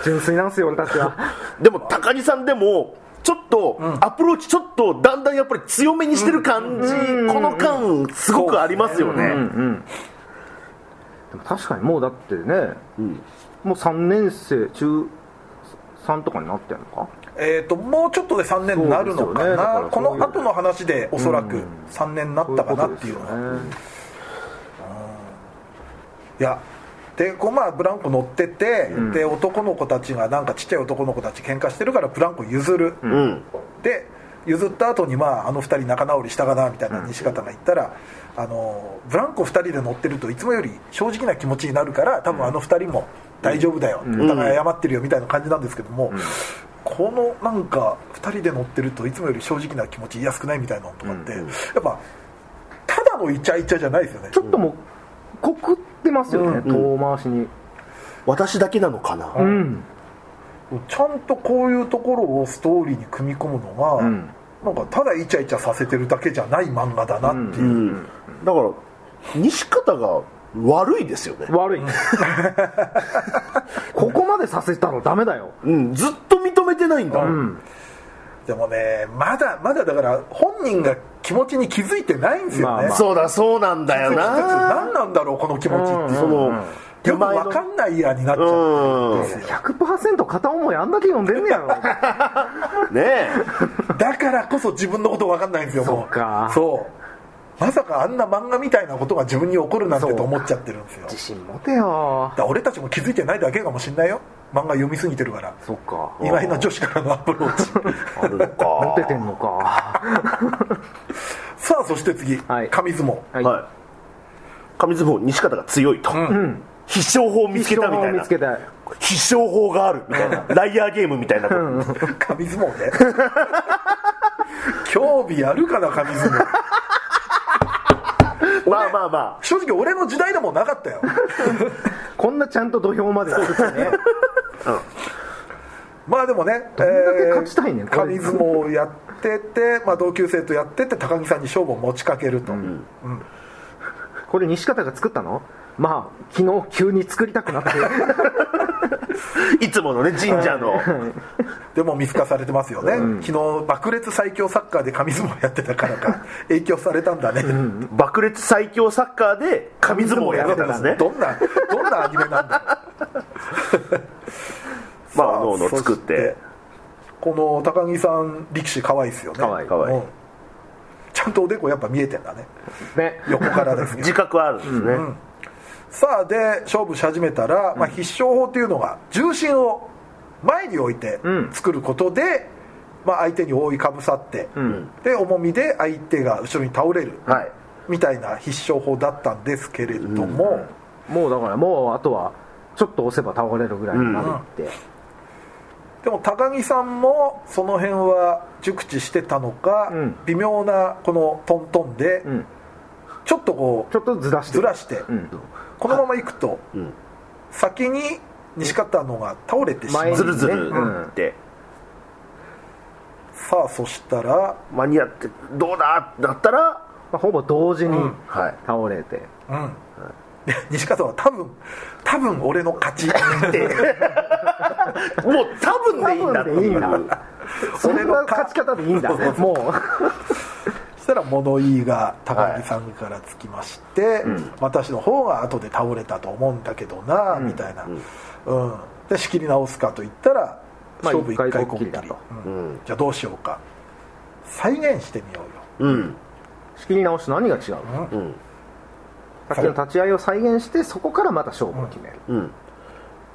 純粋なんすよ俺たちは
でも高木さんでもちょっとアプローチちょっとだんだんやっぱり強めにしてる感じ、この感すごくありますよね
でも確かにもうだってね、もう3年生中3とかになってんのか
えー、ともうちょっとで3年になるのか
そうですよねだ
な
から
こ
そういう
の後の話でおそらく3年になったかなっていうのは、い
ね
やでこうまあブランコ乗ってて、で男の子たちがなんかちっちゃい男の子たち喧嘩してるからブランコ譲る、
うん、
で譲った後にまああの2人仲直りしたかなみたいな西方が言ったら、あのブランコ2人で乗ってるといつもより正直な気持ちになるから多分あの2人も大丈夫だよ、お互い謝ってるよみたいな感じなんですけども、このなんか2人で乗ってるといつもより正直な気持ち安くないみたいなのとかって、やっぱただのイチャイチャじゃないですよね
ちょっともう告ってますよね、遠回しに
私だけなのかな、
うん
ちゃんとこういうところをストーリーに組み込むのが、
ん
なんかただイチャイチャさせてるだけじゃない漫画だなっていう。
うんだから西方が悪いですよね、
悪いここまでさせたのダメだよ
うん、ずっと認めてないんだ、
でもねまだまだだから本人が気持ちに気づいてないんですよね、
まあまあ
う
そうだそうなんだよな
何なんだろうこの気持ちっていう、
その手
よく
前の
分かんないやになっちゃうんですよ、
100%片思いあんだけ読んでんね
(laughs)
やろ
ねえ
だからこそ自分のこと分かんないんですよもう
そうか
そうまさかあんな漫画みたいなことが自分に起こるなんてと思っちゃってるんですよだ
自信持てよ
から俺たちも気づいてないだけかもしんないよ漫画読みすぎてるから
そっか
意外な女子からのアプローチ
(laughs)
あるのか
持ててんのか
さあそして次、
はい
紙相撲
はい
はい上相撲西方が強いと、
ん
うん
必勝法を見つけたみたい
見
な
つけた
必勝法があるみたいなライアーゲームみたいなこと
紙相撲ね (laughs) 興味あるかな紙相撲
まあまあま
正直俺の時代でもなかったよ
こんなちゃんと土俵
(laughs)
まで作ってね
まあでもねどん
だけ勝ちたいねんこれ
紙相撲をやってて、まあ、同級生とやってて高木さんに勝負を持ちかけると、
これ西方が作ったのまあ昨日急に作りたく
(laughs)
なって
あいつものね神社の
でも見透かされてますよね、昨日爆裂最強サッカーで紙相撲やってたからか影響されたんだね、
爆裂最強サッカーで紙相撲をやってたんですね
どんなどんなアニメなんだ
まあおのおの作って
この高木さん力士可愛いですよね
可愛い
可愛い
うんちゃんとおでこやっぱ見えてんだね
ね
横からです
(laughs)
けど
自覚はあるんですね、
さあで勝負し始めたら、まあ、必勝法っていうのが重心を前に置いて
うん
作ることで、まあ、相手に覆いかぶさって、
ん
で重みで相手が後ろに倒れる、
はい
みたいな必勝法だったんですけれども、
もうだからもうあとはちょっと押せば倒れるぐらいまでいって、
でも高木さんもその辺は熟知してたのか、
うん
微妙なこのトントンで、
うん
ちょっとこ
ちょっとずらし
う
て
ずらして、
うん、
このままいくと、
ん
先に西方のが倒れてしま
前
う
に
ずるずるって、
さあそしたら
間に合ってどうだってなったら
まあ、ほぼ同時に
はい
倒れて、
うん、で西川さんは多分多分俺の勝 (laughs) ちって
もう多分でいいんだって
多分でいい
い
んだ
う
それは勝ち方でいいんだもう
そしたら物言いが高木さんからつきまして、私の方が後で倒れたと思うんだけどな、みたいな、うんで仕切り直すかと言ったら
まあ
勝負一
一回
回こ
こっ
っ
き
き
り
り
だと
うんじゃあどうしようか再現してみようよ
うん
仕切り直しと何が違うの、
うん
さっきの立ち合いを再現してそこからまた勝負を決める、
うん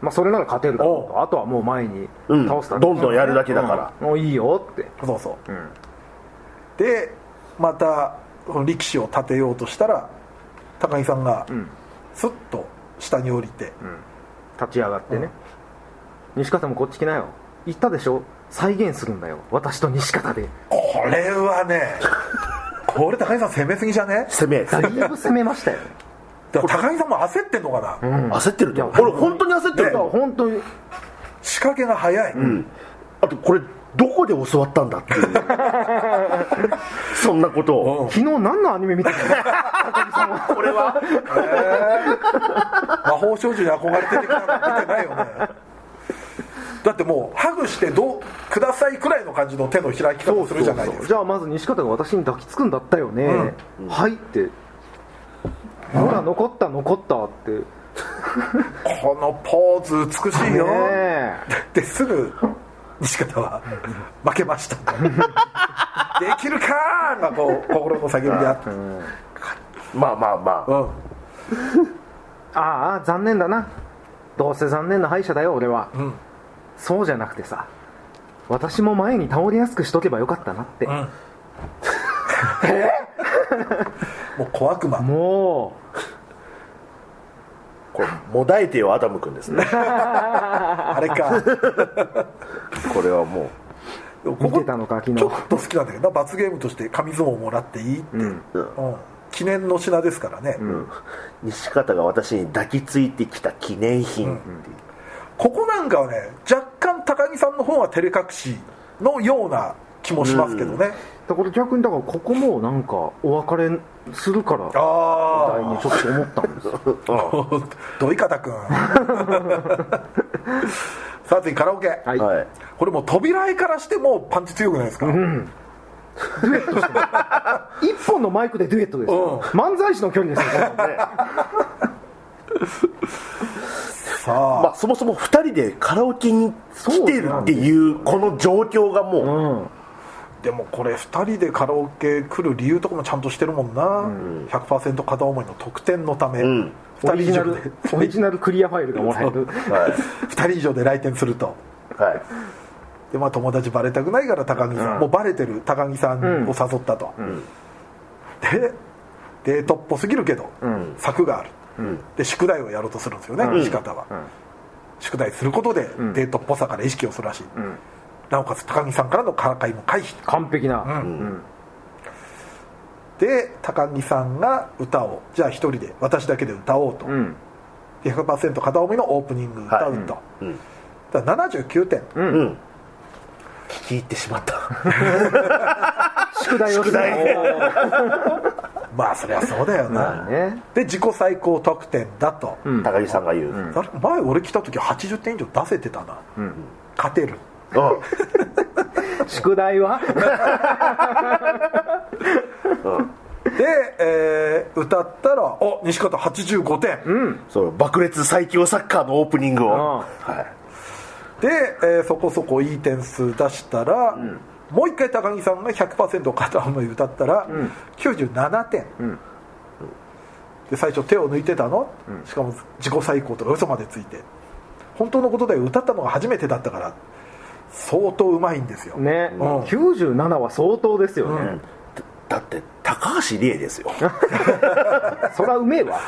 まあ、それなら勝てるだろうとあとはもう前に
うん
倒すだけ、
どんどんやるだけだから
うんもういいよって
そうそう、
ん
でまたこの力士を立てようとしたら高木さんが
ん
スッと下に降りて、
立ち上がってね、西方もこっち来なよ言ったでしょ再現するんだよ私と西方で
これはねこれ高木さん攻めすぎじゃね
攻め
だいぶ攻めましたよね
だから高木さんも焦ってんのかな、
焦ってると思う
いや
俺 (laughs) 本当に焦ってる
いや
と思う
本当に
仕掛けが早い、
あとこれどこで教わったんだっていう
(laughs)
そんなことを
昨日何のアニメ見てたの
これは
魔法少女に憧れててから見てないよねだってもうハグしてどうくださいくらいの感じの手の開き方するじゃないですか
じゃあまず西方が私に抱きつくんだったよね、はいってほら残った残ったってね
このポーズ美しいよ、
え
ですぐ西方は負けましたできるかーがこう心の叫びであって、
まあまあまあ
うん、
ああ残念だなどうせ残念な敗者だよ俺は、そうじゃなくてさ私も前に倒れやすくしとけばよかったなって、
もう小悪魔
も
これもだえてよアダム君
(laughs)
ですね
あれか
これはも
こ
う見てたのか昨
ち
日
ょっと好きなんだけどな罰ゲームとして紙相撲もらっていいって、
うん
う、うん
うん記念の品ですからね、
西方が私に抱きついてきた記念品っていう、
ここなんかはね若干高木さんの方は照れ隠しのような気もしますけどね、
だから逆にだからここもなんかお別れするからみたい
あ
にちょっと思ったんですよ
あどいかた
(laughs)
くんさあ次カラオケ、
はい、
はい
これもう扉絵からしてもうパンチ強くないですか、
デュエットしてます一本のマイクでデュエットですよ、漫才師の距離ですよこれ
さあ、
まあ、そもそも2人でカラオケに来てるっていうこの状況がも
(laughs)
う、
うん
でもこれ2人でカラオケ来る理由とかもちゃんとしてるもんな、100%片思いの得点のため、
ん
2
オ
人以
リジナ
上
ル
で
オリジナルクリアファイルがもらえる
はい
2人以上で来店すると
はい
でまあ友達バレたくないから高木さん、もうバレてる高木さんを誘ったと、でデートっぽすぎるけど、策があるで宿題をやろうとするんですよね、仕方は、宿題することでデートっぽさから意識をするらしい、なおかつ高木さんからのからかいも回避
完璧な、
で高木さんが歌をじゃあ一人で私だけで歌おうと、
うんうん
で100%片思いのオープニング歌うと、
うん
だから79点、
うん聞き入ってしまった
宿題をしない
(laughs) まあそりゃそうだよな、
ね
で自己最高得点だと、
うん
高木さんが言う、うん
あれ前俺来た時80点以上出せてたな、
ん
勝てる
宿題は
で、えー歌ったらお西方85点、
そう爆裂最強サッカーのオープニングを、
ん
は
で、えーそこそこいい点数出したら、もう一回高木さんが100%片思い歌ったら、97点、
ん
で最初手を抜いてたの、しかも自己最高とか嘘までついて本当のことで歌ったのが初めてだったから相当うまいんですよ、
ね
うん
97は相当ですよ
い
ね
だって高橋理恵ですよ、
そりゃうめえわ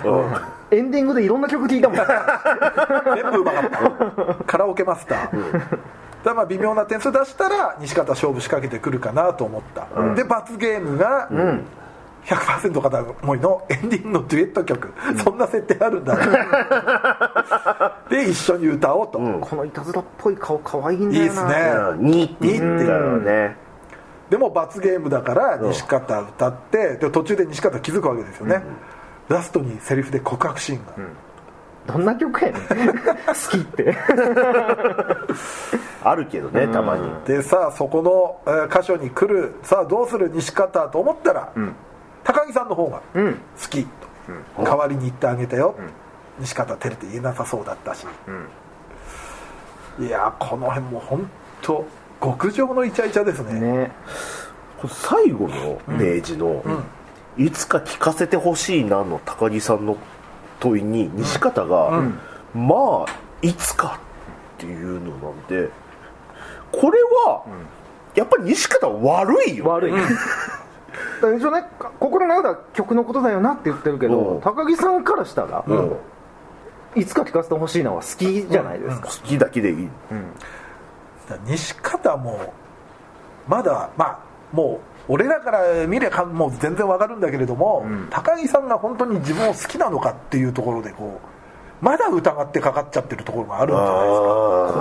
エンディングでいろんな曲聴いたもん
全部うまかったカラオケマスター、だからまあ微妙な点数出したら西方勝負仕掛けてくるかなと思った、で罰ゲームが100%片思いのエンディングのデュエット曲、そんな設定あるん (laughs) だで一緒に歌おうと、
ん
このいたずらっぽい顔可愛いん
い
だ
いで
よ
す
な
ね
うん、2って言ってたよね、
でも罰ゲームだから西方歌ってで途中で西方気づくわけですよね、ラストにセリフで告白シーンが、
どんな曲やねん好きって
あるけどねたまに、
でさあそこのえー箇所に来るさあどうする西方と思ったら、高木さんの方が好
ん
きと、代わりに言ってあげたよ、西方照れて言えなさそうだったし、いやーこの辺も本当極上のイチャイチャですね
ね
これ最後のページの、いつか聞かせてほしいな」の高木さんの問いに西方が「まあいつか」っていうのなんてこれは、やっぱり西方悪いよ
悪いだから一応ねか心の中では曲のことだよなって言ってるけ
う
ど
ん
高木さんからしたら
うん
いつか聴かせてほしいのは好きじゃないです
好
か
きだけでいい
だから西方もまだまあもう俺らから見ればもう全然わかるんだけれども、高木さんが本当に自分を好きなのかっていうところでこうまだ疑ってかかっちゃってるところがあるんじゃないですか
あ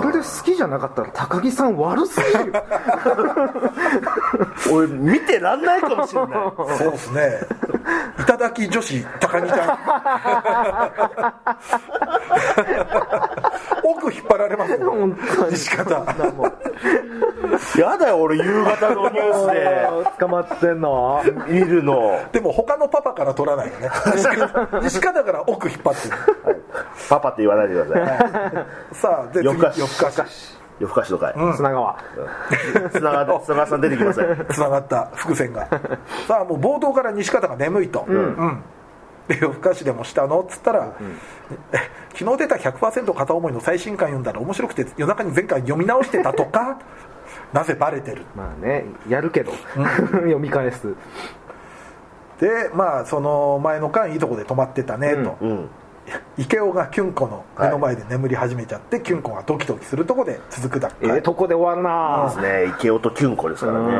これで好きじゃなかったら高木さん悪すぎる (laughs) よ
ー俺見てらんないかもしれない
そうですねいただき女子高木ちゃん (laughs) 奥引っ張られますよ
本当に
西方
だもう
(laughs) やだよ俺夕方のニュー
捕まってんの
スで見るの
でも他のパパから取らないよね西方西方から奥引っ張ってる
パパって言わないでください
さあで次
夜更かし
夜更かし
夜更かしの回
砂川
つながつながさん出てきなさい
つながった伏線がさあもう冒頭から西方が眠いと「うんで夜更かしでもしたの?」っつったら、え昨日出た100%片思いの最新刊読んだら面白くて夜中に前回読み直してたとかなぜバレてる
まあねやるけど (laughs) 読み返す
でまあその前の間いいとこで止まってたねと、
うん
池尾がキュンコの目の前で眠り始めちゃって、キュンコがドキドキするとこで続くだっ
ええとこで終わるな
ね池尾とキュンコですからね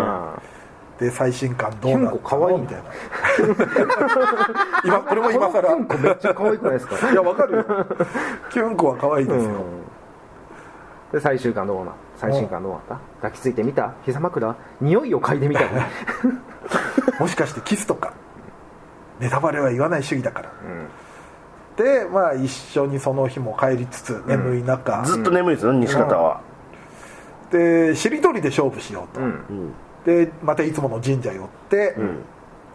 で最新刊どうなっ
キュンコ
た
可愛
の
い
みたいな (laughs) 今これも
この
今更
(laughs) キュンコめっちゃ可愛くないですか
いやわかるよキュンコは可愛いですよ、
で最終巻どうな最新巻どうなった抱きついてみた膝枕匂いを嗅いで (laughs) みたね
もしかしてキスとかネタバレは言わない主義だから、でまあ一緒にその日も帰りつつ眠い中、
ずっと眠いですよ西方は、
でしりとりで勝負しようと、
うん
うん
でまたいつもの神社寄って、
ん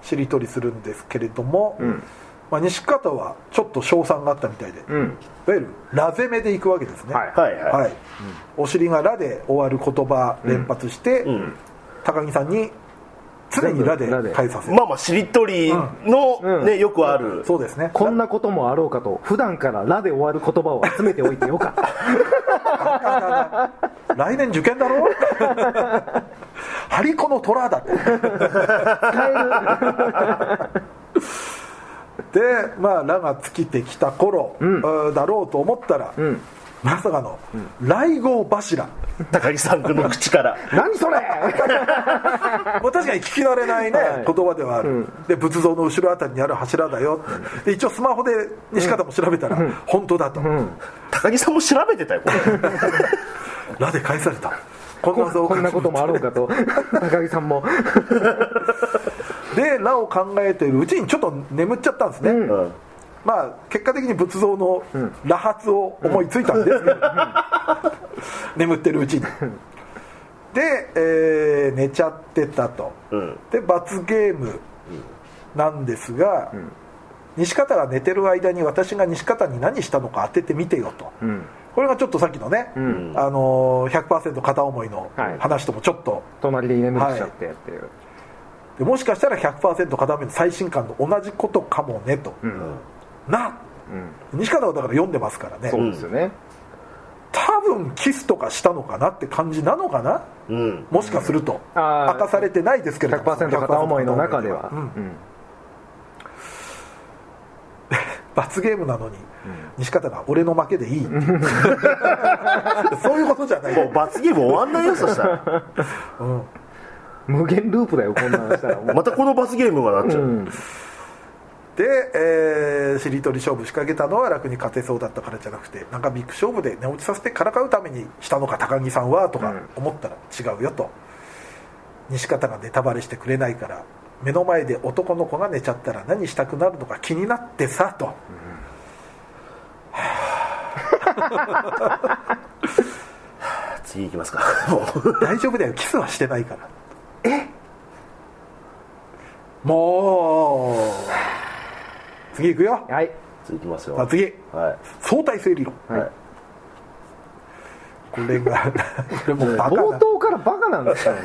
しりとりするんですけれども、
ん
まあ、西方はちょっと賞賛があったみたいで、い
うん
わゆるラゼめでいくわけですね
はい
はいはい、
はいお尻が「ら」で終わる言葉連発して、
ん
高木さんに常に「ら」で返させる、
まあまあしりとりの、
うん
ねよくある、
そうですね
こんなこともあろうかと普段から「ら」で終わる言葉を集めておいてよか (laughs) った
(laughs) 来年受験だろハリコの虎だって
使える
でまあラが尽きてきた頃、うんだろうと思ったら、まさかの来合柱
高木さんの口から
何それ
もう確かに聞き慣れないね、
はい
言葉ではある、で仏像の後ろあたりにある柱だよってで一応スマホで西方も調べたら、本当だと、
高木さんも調べてたよこれ
ラで返されたこんな像
こんなこともあろうか (laughs) と高木さんも
でラを考えているうちにちょっと眠っちゃったんですね、
うん
まあ結果的に仏像の羅髪を思いついたんですけど、眠ってるうちにで、えー寝ちゃってたと、
うん
で罰ゲームなんですが、西方が寝てる間に私が西方に何したのか当ててみてよと、
ん
これがちょっとさっきのね、
ん
あのー100%片思いの
はい
話ともちょっと、
隣で居眠りしちゃってっていう、
でもしかしたら100%片目の最新刊の同じことかもねと、
うん
な西方はだから読んでますからね
そうですよね、
多分キスとかしたのかなって感じなのかな
うん
もしかすると
うんあー
明かされてないですけれども
100%片思いの中では、
うん
うん
罰ゲームなのに西方が俺の負けで
(laughs)
いいそういうことじゃない
もう罰ゲーム終わんないよそしたら
無限ループだよこんなのした (laughs) らもう
またこの罰ゲームがなっちゃう、
うん
で、えーしりとり勝負仕掛けたのは楽に勝てそうだったからじゃなくてなんかビッグ勝負で寝落ちさせてからかうためにしたのか高木さんはとか思ったら違うよと、西方がネタバレしてくれないから目の前で男の子が寝ちゃったら何したくなるのか気になってさと、
次行きますか (laughs) もう
大丈夫だよキスはしてないからえ (laughs) もう次行くよ
はい
次行きますよ
さあ次
は
相対性理論
い、はい
これが (laughs) これもうバカな
冒頭からバカなん (laughs) ですよね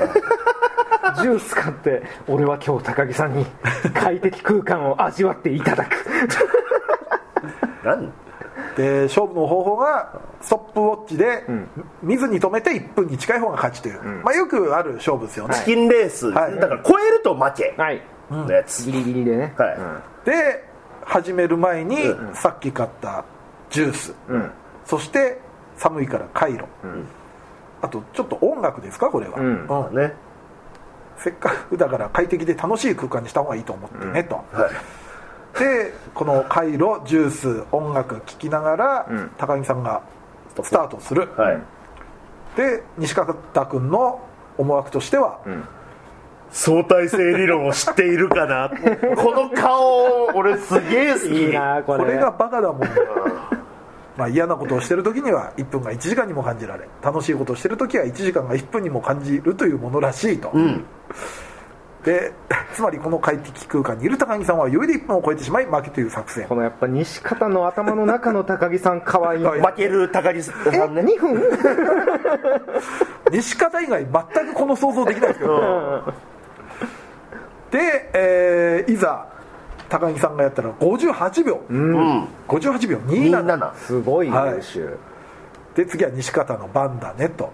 ジュース買って俺は今日高木さんに快適空間を味わっていただ (laughs) く
何
で勝負の方法がストップウォッチで
ん
見ずに止めて1分に近い方が勝ちという、まあ、よくある勝負ですよね、
チキンレース、
はい
だから超えると負け
はい
のやつ、
ギリギリでね
はい
で始める前に
う
さっき買ったジュース、
うん
そして寒いからカイロ、あとちょっと音楽ですかこれは、
うん
うん
ね
せっかくだから快適で楽しい空間にした方がいいと思ってね、と、
はい
でこのカイロジュース音楽聴きながら、
ん
高木さんがスタートする、
はい、
で西方君の思惑としては、
相対性理論を知っているかなこの顔俺すげえ好き
いいなこ
こ
れ
れがバカだもん (laughs) まあ嫌なことをしてる時には1分が1時間にも感じられ楽しいことをしてる時は1時間が1分にも感じるというものらしいと、
うん
で (laughs) つまりこの快適空間にいる高木さんは余裕で1分を超えてしまい負けという作戦
このやっぱ西方の頭の中の高木さん可愛い
可愛い
負ける高木さ
え
んね
2分
西方以外全くこの想像できないですけど、で、えーいざ高木さんがやったら58秒、
うん
58秒
みん
27
なな
すごい
はい
練習、
で次は西方の番だねと、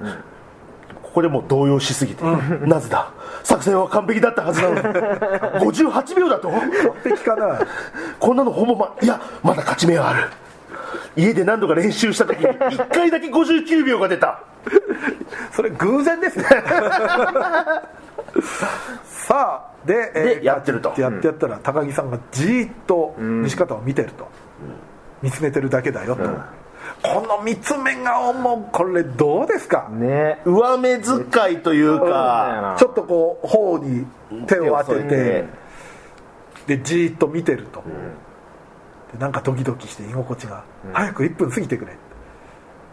ここでもう動揺しすぎて、なぜだ作戦は完璧だったはずなのに (laughs) 58秒だと
完璧かな
こんなのほぼ、ま、いやまだ勝ち目はある家で何度か練習した時に1回だけ59秒が出た
それ偶然
(laughs)
ですねさあで,、え
でやってると
ガチッやってやったら高木さんがじーっと西方を見てると、見つめてるだけだよと、この見つめ顔もこれどうですか、
ね
上目遣いというか
ちょっとこう頬に手を当ててでじーっと見てると、でなんかドキドキして居心地が、早く1分過ぎてくれ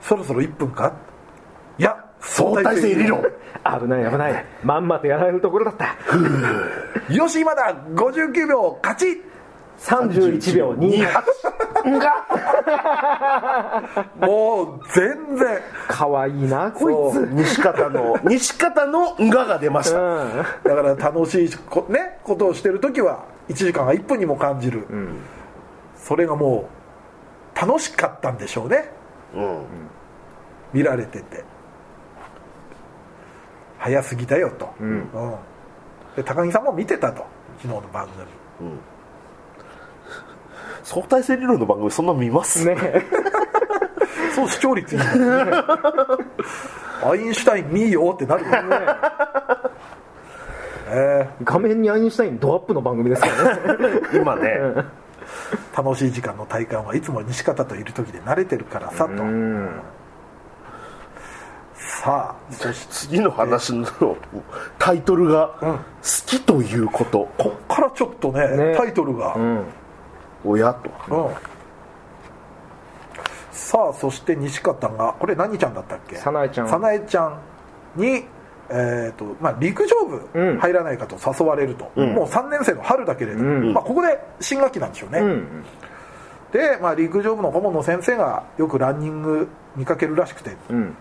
そろそろ1分かいや相
相対性理論
危ない危ないまんまとやられるところだった
よし今だ59秒勝ち
31秒28
もう全然
可愛いなこいつ
そううん
西方の西方の「が」が出ました、
だから楽しいこ,、 (laughs) ね、ことをしてる時は1時間が1分にも感じる、それがもう楽しかったんでしょうね
うん
見られてて早すぎだよと、うんで高木さんも見てたと昨日の番組
相対性理論の番組そんな見ます、
ね
そう視聴 (laughs) 率いいなアインシュタイン見いよってなるよねえ
画面にアインシュタインドアップの番組ですからね
今ね
ー楽しい時間の体感はいつも西方といる時で慣れてるからさとさあそして
(laughs) 次の話のタイトルが「好きということ
こっからちょっとね
ね
タイトルが、
うん
をや」と
うんさあそして西方がこれ何ちゃんだったっけ
早苗ちゃん
早苗ちゃんに、えーとまあ、陸上
う
部
ん
入らないかと誘われると、もう3年生の春だけれど、
ん
まあ、ここで新学期なんでしょうね、
うん
で、まあ、陸上部の顧問の先生がよくランニング見かけるらしくて
うん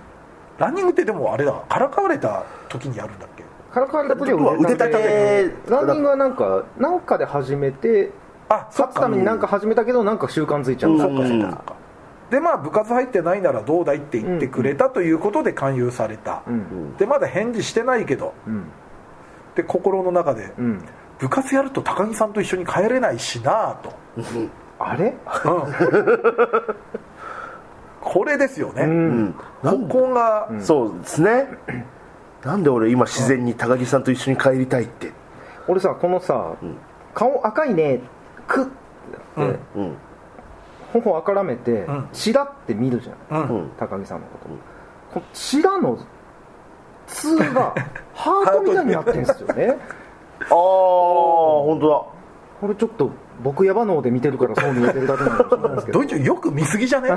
ランニングってでもあれだからかわれた時にやるんだっけ
からかわれた時
僕は
は腕立て
腕立て
ランニングはなんかなんかで始めて
あそっ
勝つた
か
めになんか始めたけどなんか習慣ついちゃった
うん
そっか
そうかでまあ部活入ってないならどうだいって言ってくれたということで勧誘された、
うん
でまだ返事してないけど
うん
で心の中で、
うん
部活やると高木さんと一緒に帰れないしなぁ
あれ
と、 (laughs) これですよね、
うん
ここが、
そうですねなんで俺今自然に高木さんと一緒に帰りたいって
俺さこのさ顔赤いねくっ
うん
うん
頬赤らめて
うん
チラって見るじゃん
うん
うん
高木さんのことこのチラの「つ」
(laughs)
がハートみたいになってるんですよね
ああ本当
これちょっと僕ヤバ脳で見てるからそう見えてるだけなのかもしれないですけど
ドイツよく見すぎ (laughs) じゃね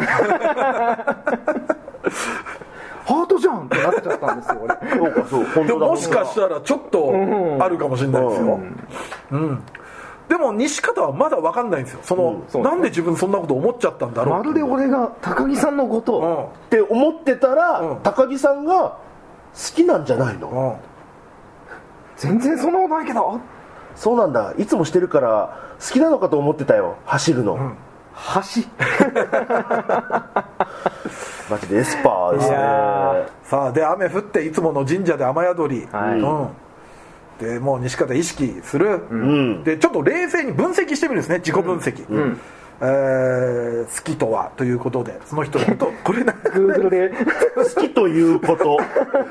ハートじゃんってなっちゃったんですよ俺
だそうかそう本
で
当だ
ももしかしたらちょっとあるかもしれないですよ、うんでも西方はまだ分かんないんですよその、
そう
なんで自分そんなこと思っちゃったんだろう
まるで俺が高木さんのこと
う
を
ん
って思ってたら、
うん
高木さんが好きなんじゃないの、
うん
全然そんなことないけど
そうなんだいつもしてるから好きなのかと思ってたよ走るの、
橋
マジでエスパーですね
いや
さあで雨降っていつもの神社で雨宿り、
はい
うん、でもう西方意識する、
ん
でちょっと冷静に分析してみるんですね自己分析、えー好きとはということでその人のことこれなんか
Google で
好きということ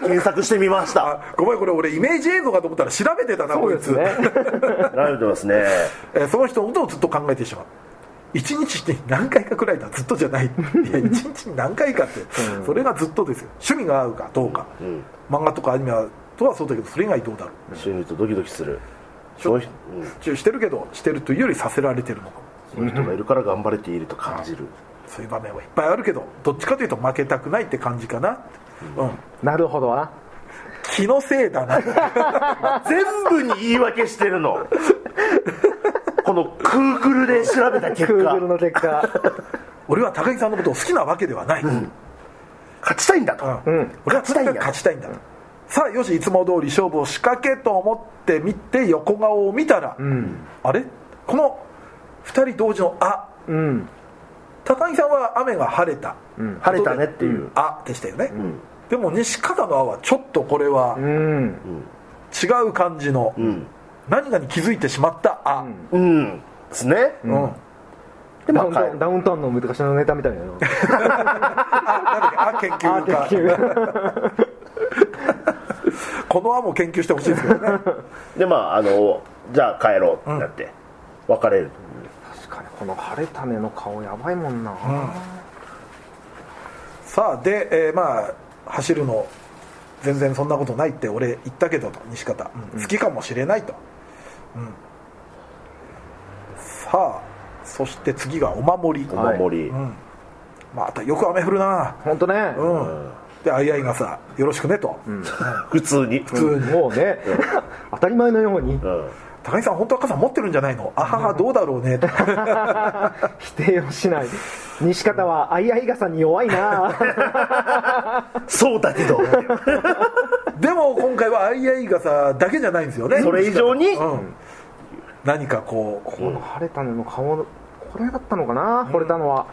検索してみました
あごめんこれ俺イメージ映像かと思ったら調べてたな
そ
こ
う
い
で
つ
(laughs) すね
なれてますね
えーその人のことをずっと考えてしまう一日に何回かくらいだずっとじゃ (laughs) ないいや一日に何回かって、それがずっとですよ趣味が合うかどうか、
ん
漫画とかアニメとはそうだけどそれ以外どうだろう
一緒にいるとドキドキする
ち
そ
ょ
の人,、うん、
注意してるけどしてるというよりさせられてるのかも
その人がいるから頑張れていると感じる
そういう場面はいっぱいあるけどどっちかというと負けたくないって感じかなうん
なるほどな
気のせいだな
全部に言い訳してるのこのクーグルで調べた結
Google
果
の結果
俺は高木さんのことを好きなわけではない、うん
勝ちたいんだと、
俺はとにかく勝ちたいんだとさあよしいつも通り勝負を仕掛けと思って見て横顔を見たら、あれこの2人同時の「あ
うん」
高木さんは雨が晴れた
晴れたねっていう、
「あ」でしたよね、でも西方の「あ」はちょっとこれは
うん
違う感じの、
ん
何かに気づいてしまった「あ」
うんですね、
うん、
で
ダ
ま
ウ
あ
ン
帰る
ダウンタウンの昔のネタみたいなの
あなんだっけあ研
あ
究
ー
家
で
この案も研究してほしいですけどね
でまああのじゃあ帰ろうってなって、別れる
確かにこの晴れたねの顔やばいもんな、
さあで、えーまあ走るの全然そんなことないって俺言ったけどと西方、うん好きかもしれないと、うん、さあそして次がお守り
お
はい
守り、
うん、またよく雨降るな
本当ね、
うんであいあいがさ「よろしくね」と、
普通に
普通に
もうね、当たり前のように
うん
高木さん本当は傘持ってるんじゃないのあははどうだろうね」 (laughs) と
否定をしない西方はあいあい傘に弱いな
そうだけ (laughs) ど
でも今回は II 傘だけじゃないんですよね
それ以上に
うん何かこう
この晴れたねの顔これだったのかな惚れたのは、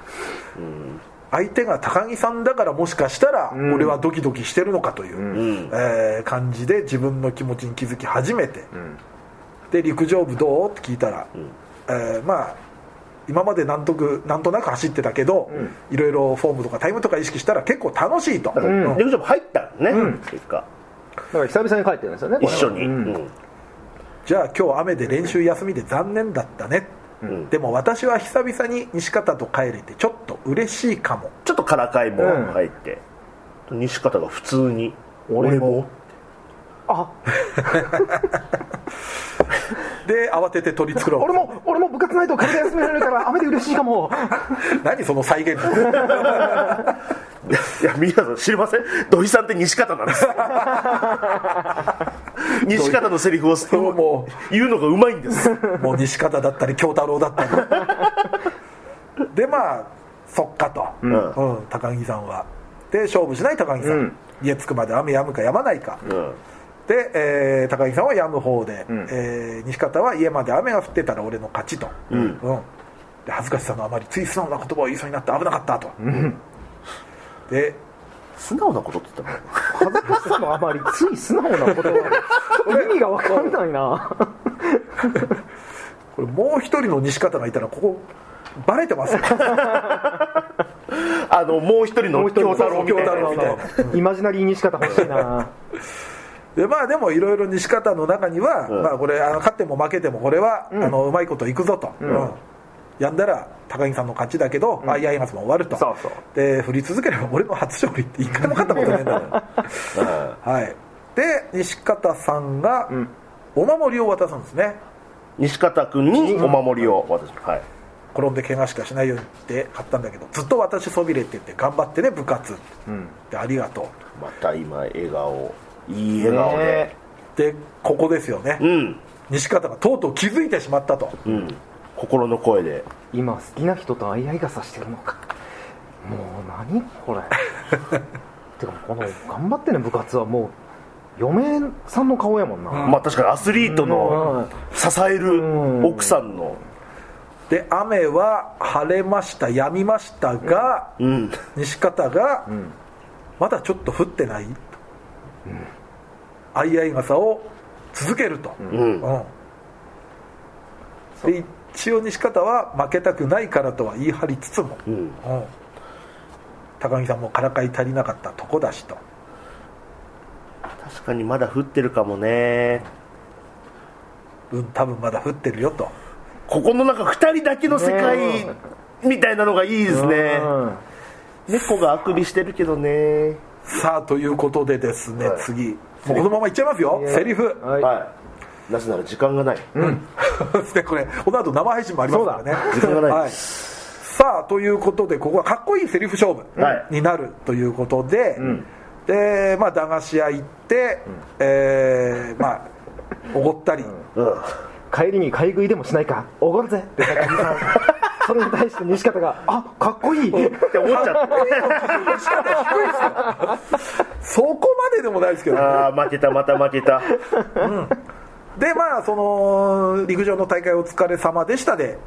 相手が高木さんだからもしかしたら
ん
俺はドキドキしてるのかという、
ん
えー感じで自分の気持ちに気づき始めて、で陸上部どうって聞いたら、えーまあ今までなんとくなんとなく走ってたけど、いろいろフォームとかタイムとか意識したら結構楽しいと、
ら
うん
陸上部入ったのね、
うん
結果
から久々に帰ってるんですよねこれ
一
は
緒に、
うん
うん
じゃあ今日雨で練習休みで残念だったね、
ん
でも私は久々に西方と帰れてちょっと嬉しいかも
ちょっとからかいも入って、西方が普通に「俺も
あ
で慌てて取り繕う
俺も俺も部活ないと体休められるから雨で嬉しいかも
(laughs) 何その再
(laughs)
現
いや皆さん知りません土井さんって西方なん (laughs) ですよ西方のセリフを
れはも
言うのがうまいんです
もう西方だったり京太郎だったり
(laughs)
でまあそっかと、
ん
うん高木さんはで勝負しない高木さん、
うん
家着くまで雨やむかやまないか、
うん
で、えー高木さんはやむ方で、
ん
えー西方は家まで雨が降ってたら俺の勝ちと、
ん
で恥ずかしさのあまりつい素直な言葉を言いそうになって危なかったと、で
素直なことって言ったの
恥ずかしさのあまりつい素直なこと意味が分かんないな
これもう一人の西方がいたらここバレてますよ
あのもう一人の京太郎みたいな
京太郎みたいな
イマジナリーにしか欲しいな
でまあでもいろいろ西方の中には、
うん
まあ、これあの勝っても負けてもこれは、うあのうまいこといくぞと、うんやんだら高木さんの勝ちだけど、あいやいやも終わると
そうそう
で振り続ければ俺の初勝利って一回も勝ったことないんだからはい、で西方さんが
ん
お守りを渡すんですね、
西方君にお守りを私はい
転んで怪我しかしないようにって買ったんだけどずっと私そびれてて頑張ってね部活
うん
でありがとう
また今笑顔いい笑顔で、
ね
でここですよね、
うん
西方がとうとう気づいてしまったと
うん心の声で
今好きな人と相合い傘してるのかもう何これ
(laughs)
てかこの頑張ってね部活はもう嫁さんの顔やもんな、
まあ確かにアスリートの支え
うん
る奥さんの
で雨は晴れましたやみましたが、
うん
西方が、
ん
まだちょっと降ってない、相合い傘を続けると、
うん
うん、で一応西方は負けたくないからとは言い張りつつも、
う
うん
ん
高木さんもからかい足りなかったとこだしと
確かにまだ降ってるかもね
うん多分まだ降ってるよと
ここの中2人だけの世界
ね
みたいなのがいいですね
うん
猫があくびしてるけどね
さあということでですね、
はい
次もうこのままいっちゃいますよ
いや
セリフ
はい、
はいなぜなら時間がない
(laughs) でこれこの後生配信もありますからね
時間がない
は
で
い
す
さあということでここはかっこいいセリフ勝負
はい
になるということで、でまあ駄菓子屋行って、えーまあおごったり、
うん
帰りに買い食いでもしないかおごるぜって高木さん
(laughs)
それに対して西方があかっこいい
って思っちゃ
(laughs)
っ
そこまででもないですけど
たああ負けたまた負けた
でまあその陸上の大会お疲れ様でしたで、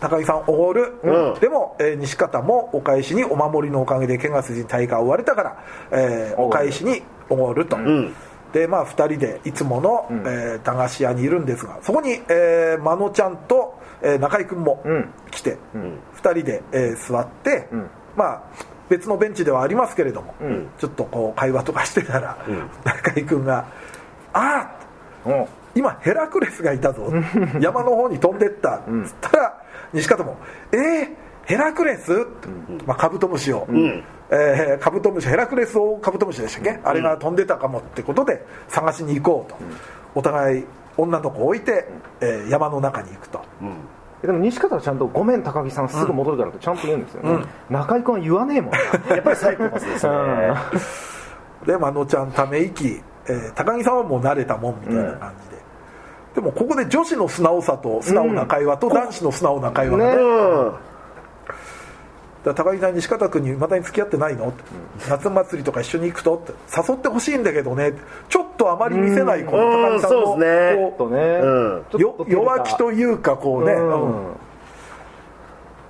高木さんおごる、
うん
でも、えー西方もお返しにお守りのおかげで怪我筋に大会終われたから、えーお返しにおごると、
ん
でまあ2人でいつもの、えー駄菓子屋にいるんですがそこに、えー、真野ちゃんと、えー中居君も
ん
来て、2人で、えー座って、まあ別のベンチではありますけれども、ちょっとこう会話とかしてたら、中居君が「ああ!」
うん
今ヘラクレスがいたぞ山の方に飛んでったつったら西方も「えー、ヘラクレス?」まあ、カブトムシを、えーカブトムシヘラクレスをカブトムシでしたっけ、あれが飛んでたかもってことで探しに行こうと、お互い女の子を置いて、えー山の中に行くと
でも西方はちゃんと「ごめん高木さんすぐ戻るから」ってちゃんと言うんですよね、中居君は言わねえもんな
(laughs) やっぱりサイコパスですね
で真野ちゃんため息、えー高木さんはもう慣れたもんみたいな感じで、でもここで女子の素直さと素直な会話と男子の素直な会話がね、
ね
うん
だから高木さん西方君にまだに付き合ってないの、って夏祭りとか一緒に行くとって誘ってほしいんだけどねちょっとあまり見せないこの
うん
高木さんの
うんそうですね
ちょ
こ
っとね、
うん
うよ弱気というかこうね、
うん
うん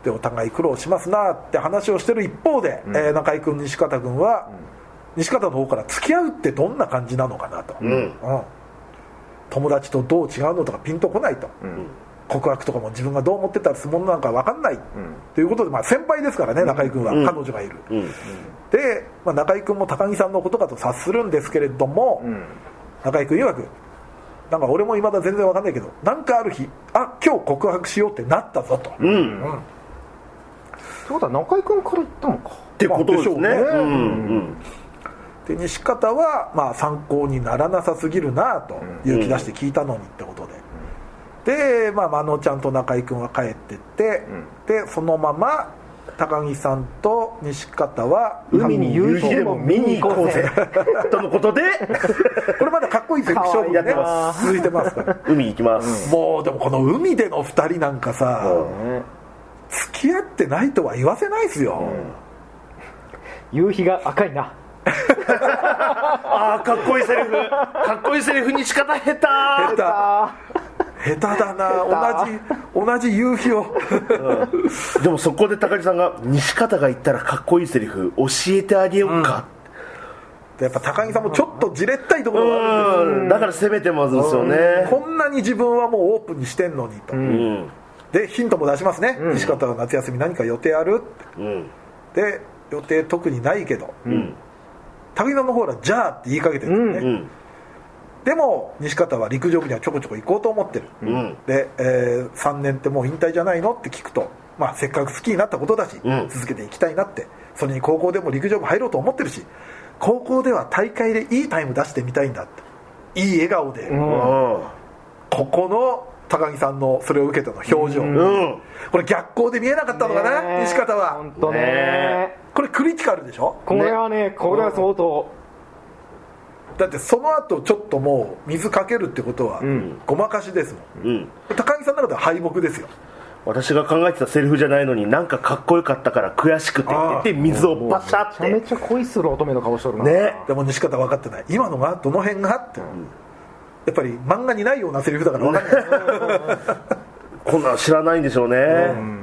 でお互い苦労しますなって話をしてる一方で、えー中居君西方君は、西方の方から付き合うってどんな感じなのかなと、
ん
友達とどう違うのとかピンとこないと、告白とかも自分がどう思ってたらものなんか分かんないということで、まあ、先輩ですからね中居君は、彼女がいる、で、まあ、中居君も高木さんのことかと察するんですけれども、中居君曰くなんか俺もいまだ全然分かんないけどなんかある日あ今日告白しようってなったぞと、
うん、
てことは中居君から言ったのか
ってことですね,、
まあでしょうね
うんうん、
で西方はまあ参考にならなさすぎるなと勇気出して聞いたのにってことで、で、まあ、真野ちゃんと中居君は帰ってって、でそのまま高木さんと西方は
海に夕日でも見に行こうぜ
とのことで
これまだかっこいいセクションがね
かわ
続いてますから
海行きます、
もうでもこの海での2人なんかさ、付き合ってないとは言わせないですよ、
夕日が赤いな
ああかっこいいセリフかっこいいセリフに仕方下手
下
あ
手下手だな同じ同じ夕日
(laughs)
を
でもそこで高木さんが西方が言ったらかっこいいセリフ教えてあげようか、
やっぱ高木さんもちょっとじれったいとこ
う
ろがあるんですよ
んだから攻めてますんですよね、
こんなに自分はもうオープンにしてんのにと、
うん
でヒントも出しますね、西方は夏休み何か予定ある
うん
で予定特にないけど、
ん
高木さんの方らじゃあって言いかけてるんです
う
よね、
ん
でも西方は陸上部にはちょこちょこ行こうと思ってる、
うん
で、え3年ってもう引退じゃないのって聞くと、まあ、せっかく好きになったことだし、
うん
続けていきたいなってそれに高校でも陸上部入ろうと思ってるし高校では大会でいいタイム出してみたいんだっていい笑顔で、ここの高木さんのそれを受けての表情、
うん
これ逆光で見えなかったのかな、
ねえ
西方
本
は
当ね
ね
これクリティカルでしょ
これはねこれは相当
だってその後ちょっともう水かけるってことは
ん
ごまかしですもん、
うん
高木さんの中では敗北ですよ
私が考えてたセリフじゃないのになんかかっこよかったから悔しくてって言って水をバシャっ
めちゃめ
て
ちゃ恋する乙女の顔しとるな
ね
でも西方分かってない今のがどの辺がって、やっぱり漫画にないようなセリフだから分かんない、
こんなの知らないんでしょうね、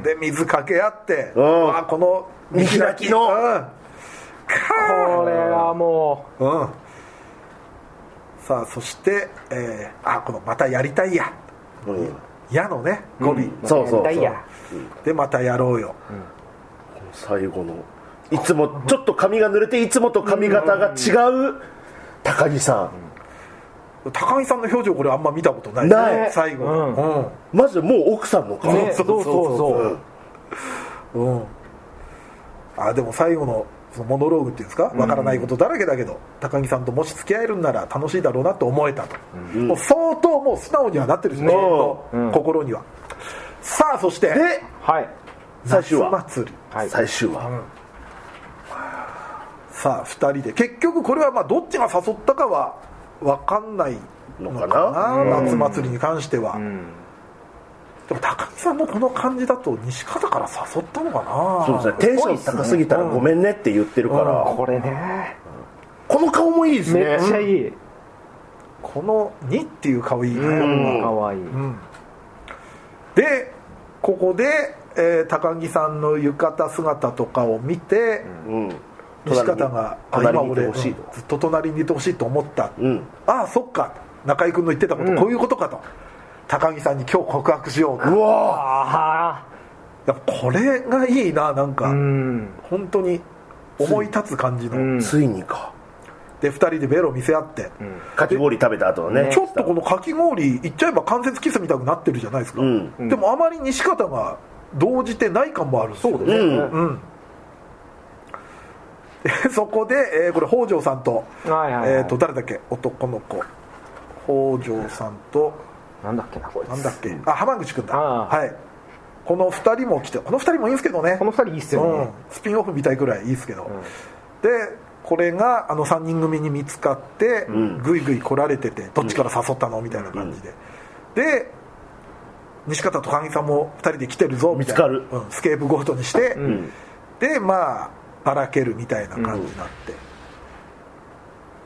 で水かけ合って、
うん
あこの
見開きの
うんかー
これはも
うん、さあそして、えーあこの「またやりたいや
うん」
やのね語尾、
そうそう
ダ
そ
イ
う
ヤ
で「またやろうよ
最後のいつもちょっと髪が濡れていつもと髪型が違う高木さ」
高木さんの表情これあんま見たことない
ない
ね最後の
んマジでもう奥さんの顔
ね
そうそうそう
そう
うん、うんあでも最後のそのモノローグっていうんですかわからないことだらけだけど、高木さんともし付き合えるんなら楽しいだろうなと思えたと、もう相当もう素直にはなってるしね、
うん
自分の
うん
心にはさあそして
で
はい
最終
夏
話
祭り
はい
最終話
さあ2人で結局これはまあどっちが誘ったかは分かんないのかな
のか
夏祭りに関しては、
ん
でも高木さんのこの感じだと西方から誘ったのかな
そうですねテンション高すぎたらごめんねって言ってるから
これね
この顔もいいですね
めっちゃいい
この「に」っていう顔いいね、
うん
可愛い
でここで、えー高木さんの浴衣姿とかを見て、
うん
西方が「あ
隣
今
にい
俺、
て
う
ほ
ん
し
ず
い
っ
と
と隣にいてほしいと思った」
うん
ああそっか中居君の言ってたこと、こういうことかと高木さんに今日告白しようと
うわ
あ
やっぱこれがいいななんか、
あうん
本当に思い立つ感じの、
うん
ーついにか
で2人でベロ見せ合って、
かき氷食べた後のね
ちょっとこのかき氷いっちゃえば関節キスみたくなってるじゃないですか、
うん
でもあまり西方が動じてない感もあるそうで
う
ね、
ん
うん (laughs) でそこで、えーこれ北条さんと,、
はいはいはい
えー、と誰だっけ男の子北条さんと
なんだっけなこいつ
なんだっけあ浜口君だ
ああ
はいこの2人も来てこの2人もいいんですけどね
この二人いいっすよ
う
ね
ん、スピンオフみたいくらいいいですけど、でこれがあの3人組に見つかって
ん
ぐいぐい来られててどっちから誘ったのみたいな感じで、で西方と高木さんも2人で来てるぞみたいな
見つか
うん、スケープゴートにして、
ん
でまあばらけるみたいな感じになっ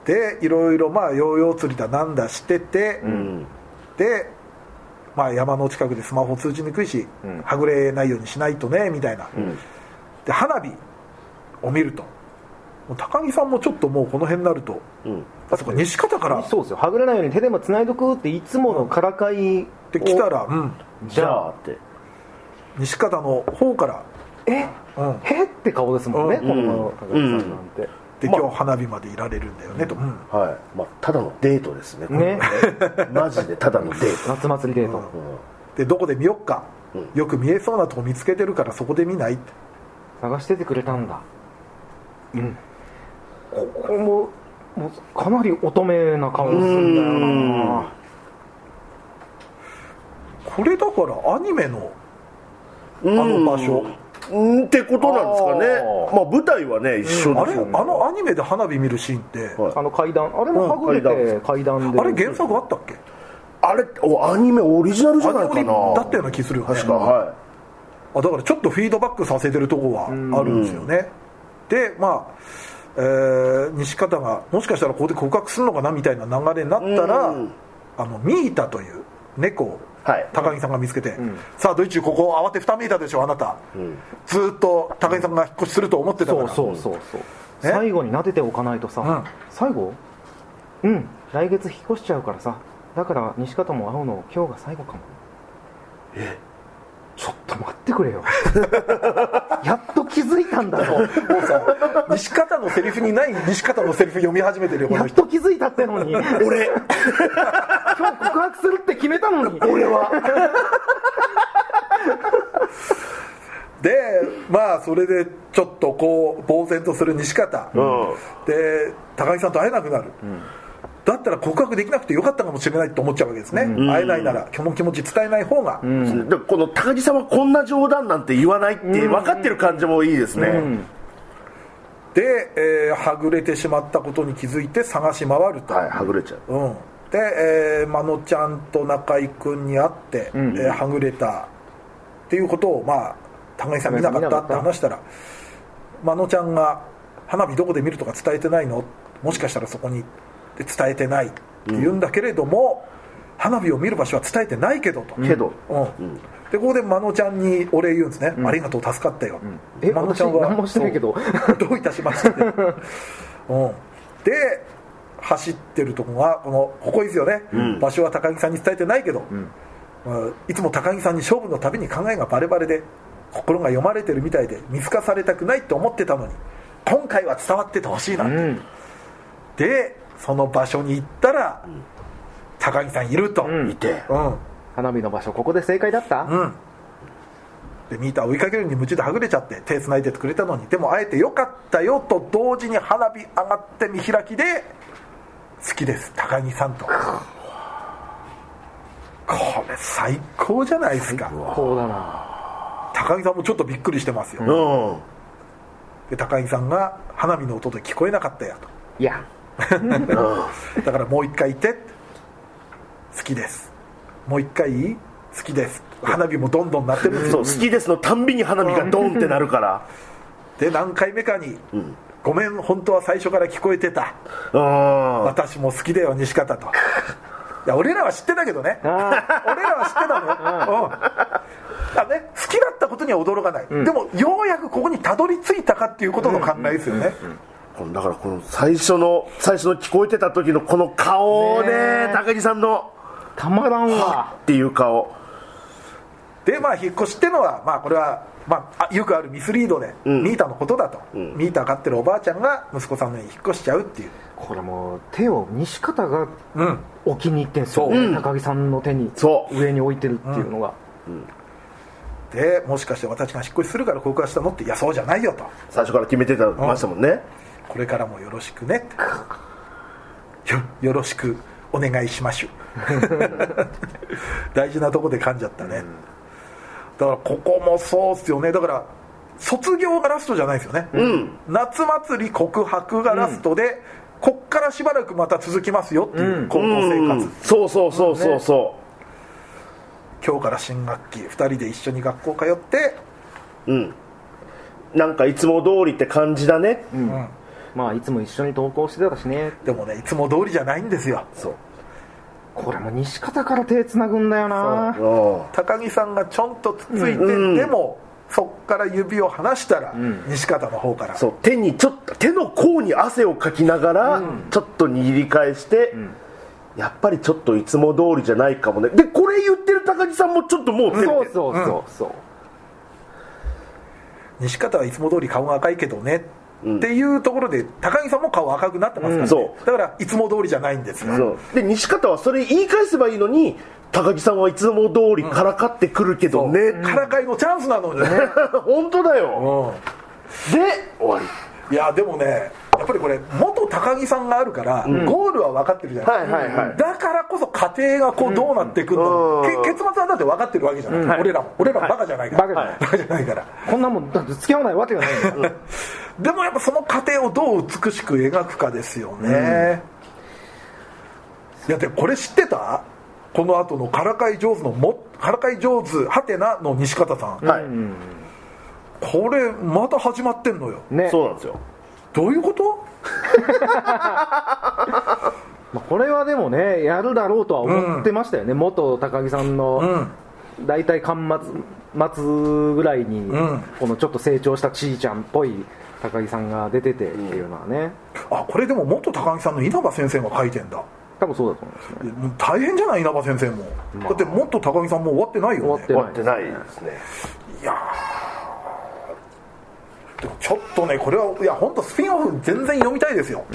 て、でいろいろまあヨーヨー釣りだなんだしてて、
うん
で、まあ、山の近くでスマホ通じにくいし、はぐれないようにしないとねみたいな、
ん
で花火を見るともう高木さんもちょっともうこの辺になると
うん
あそこ西方から
そうですよはぐれないように手でもつないどくっていつものからかい
で来たら、うん、
じゃあって
西方の方から
え、
うん
へって顔ですもんね、
うん
この高木さんなんて、
で
まあ
今日花火までいられるんだよねと、うん
はい、まあ、ただのデートですねこれ
ね
マジでただのデー
夏祭りデート、
ト、うん
でどこで見よっか、
うん
よく見えそうなとこ見つけてるからそこで見ないって
探しててくれたんだうんここももうかなり乙女な顔するんだよな
これだからアニメの
うん
あの場所
うんってことなんですかね
あー
まあ舞台はね一緒
あ
で
れ
し
あ
ょうね
のアニメで花火見るシーンって、
はい
あの階段あれもはぐれて階段で
あれ原作あったっけ
あれおアニメオリジナルじゃない
あ
か
れ
な
だったような気するよね
確かは
あだからちょっとフィードバックさせてるとこはあるんですよね、でまあえー西方がもしかしたらここで告白するのかなみたいな流れになったら、
うん
あのミータという猫を
はい
高木さんが見つけて、さあドイツここ慌てふためいたでしょあなた、ずーっと高木さんが引っ越しすると思ってたか
そ
ら
うそうそうそう
え
最後に撫でておかないとさ、
うん
最後うん来月引っ越しちゃうからさだから西方も会うの今日が最後かもえちょっと待ってくれよ (laughs) やっと気づいたんだぞ
もうさ西方のセリフにない西方のセリフ読み始めてるよこ
や
の
っ
人
と気づいたってのに今
い俺
日告白するって決めたのに俺は
でまあそれでちょっとこう呆然とする西方、
うん
で高木さんと会えなくなる、だったら告白できなくてよかったかもしれないと思っちゃうわけですね、会えないならこの気持ち伝えない方が、
でこの高木さんはこんな冗談なんて言わないって分かってる感じもいいですね、
で、えーはぐれてしまったことに気づいて探し回ると、
はいはぐれちゃう
うん、で、えー、真野ちゃんと中居君に会って、えーはぐれたっていうことを、まあ、高木さん見なかったって話したら真野ちゃんが花火どこで見るとか伝えてないのもしかしたらそこにで伝えてないって言うんだけれども、花火を見る場所は伝えてないけどと。
けど、
うんでここで真野ちゃんにお礼言うんですね、ありがとう助かったよ、
え
真野
私何もしてないけど
そうどういたしま
(laughs)
して、うん、で走ってるとこがこのここですよね、場所は高木さんに伝えてないけど、うんいつも高木さんに勝負のたびに考えがバレバレで心が読まれてるみたいで見透かされたくないと思ってたのに今回は伝わっててほしいなと、
ん
でその場所に行ったら、高木さんいると、
ん
いて
うん
花火の場所ここで正解だった、
うん、でミーター追いかけるに夢中ではぐれちゃって手繋いでてくれたのにでも会えてよかったよと同時に花火上がって見開きで好きです高木さんとこれ最高じゃないですか
こうだな
高木さんもちょっとびっくりしてますよ、
うん
で高木さんが花火の音で聞こえなかったよ
いや
とだからもう一回言って好きですもう一回いい好きです花火もどんどん鳴ってるんです
そう
よ
好きですのたんびに花火がドンってなるから
で何回目かに、ごめん本当は最初から聞こえてた
うん
私も好きだよ西方といや俺らは知ってたけどね俺らは知ってたのよ、うん、だからね好きだったことには驚かない、でもようやくここにたどり着いたかっていうことの考えですよね、
このだからこの最初の最初の聞こえてた時のこの顔ね
ねえ
高木さんの
たまらんわ
っていう顔
でまあ引っ越しってのはまあこれは、まあ、あよくあるミスリードで、ミータのことだと、ミータ飼ってるおばあちゃんが息子さんの家に引っ越しちゃうっていう
これもう手を西方が
うん
置きに行ってんすよ、
そう
高木さんの手に
そう
上に置いてるっていうのが、
でもしかして私が引っ越しするから告白したのっていやそうじゃないよと
最初から決めてたましたもんね
これからもよろしくねってよよろしくお願いしましゅ (laughs) 大事なとこで噛んじゃったね、だからここもそうっすよねだから卒業がラストじゃないですよね、夏祭り告白がラストで、こっからしばらくまた続きますよっていう高校生活、
うんそうそうそうそうそ
今日から新学期2人で一緒に学校通って、
ううんなんかいつも通りって感じだね
うん
まあいつも一緒に投稿してたしね
でもねいつも通りじゃないんですよ
そう
これも西方から手つなぐんだよな
うん
高木さんがちょんとつついて、
うん
でもそっから指を離したら、西方の方から
そう手にちょっと手の甲に汗をかきながら、ちょっと握り返して、やっぱりちょっといつも通りじゃないかもねでこれ言ってる高木さんもちょっともう照れて
そ
る
うそうそうそう、
西方はいつも通り顔が赤いけどね、っていうところで高木さんも顔赤くなってますから、ね
うんそ
だからいつも通りじゃないんですよ
そうで西方はそれ言い返せばいいのに高木さんはいつも通りからかってくるけどね、
からかいのチャンスなのにね、
本当だよ、で終わり
いやでもねやっぱりこれ元高木さんがあるから、ゴールは分かってるじゃないですか、
はいはいはい
だからこそ家庭がこうどうなっていくんだろう、
うん
け結末はだって分かってるわけじゃない、俺らも俺らバカじゃないから、
バカじゃない
バカじゃないから、
こんなもんだって付き合わないわけがないんだから
でもやっぱその過程をどう美しく描くかですよね、いやでもこれ知ってたこの後の「からかい上手のも」「からかい上手はてな」の西方さん、
はい、
これまた始まってんのよ
ね
そうなんですよ
どういうこと
まあ、これはでもねやるだろうとは思ってましたよね、元高木さんの大体巻末末ぐらいに、
ん
このちょっと成長したちーちゃんっぽい高木さんが出ててっていうのはね、
あこれでも元高木さんの稲葉先生が書いてんだ
多分そうだと思いますね
もう大変じゃない稲葉先生も、だってもっと高木さんもう終わってない
終わ
よ
っ
ね
て
終
な
わ
い
ってないですね
いやーでもちょっとねこれはいや本当スピンオフ全然読みたいですよ、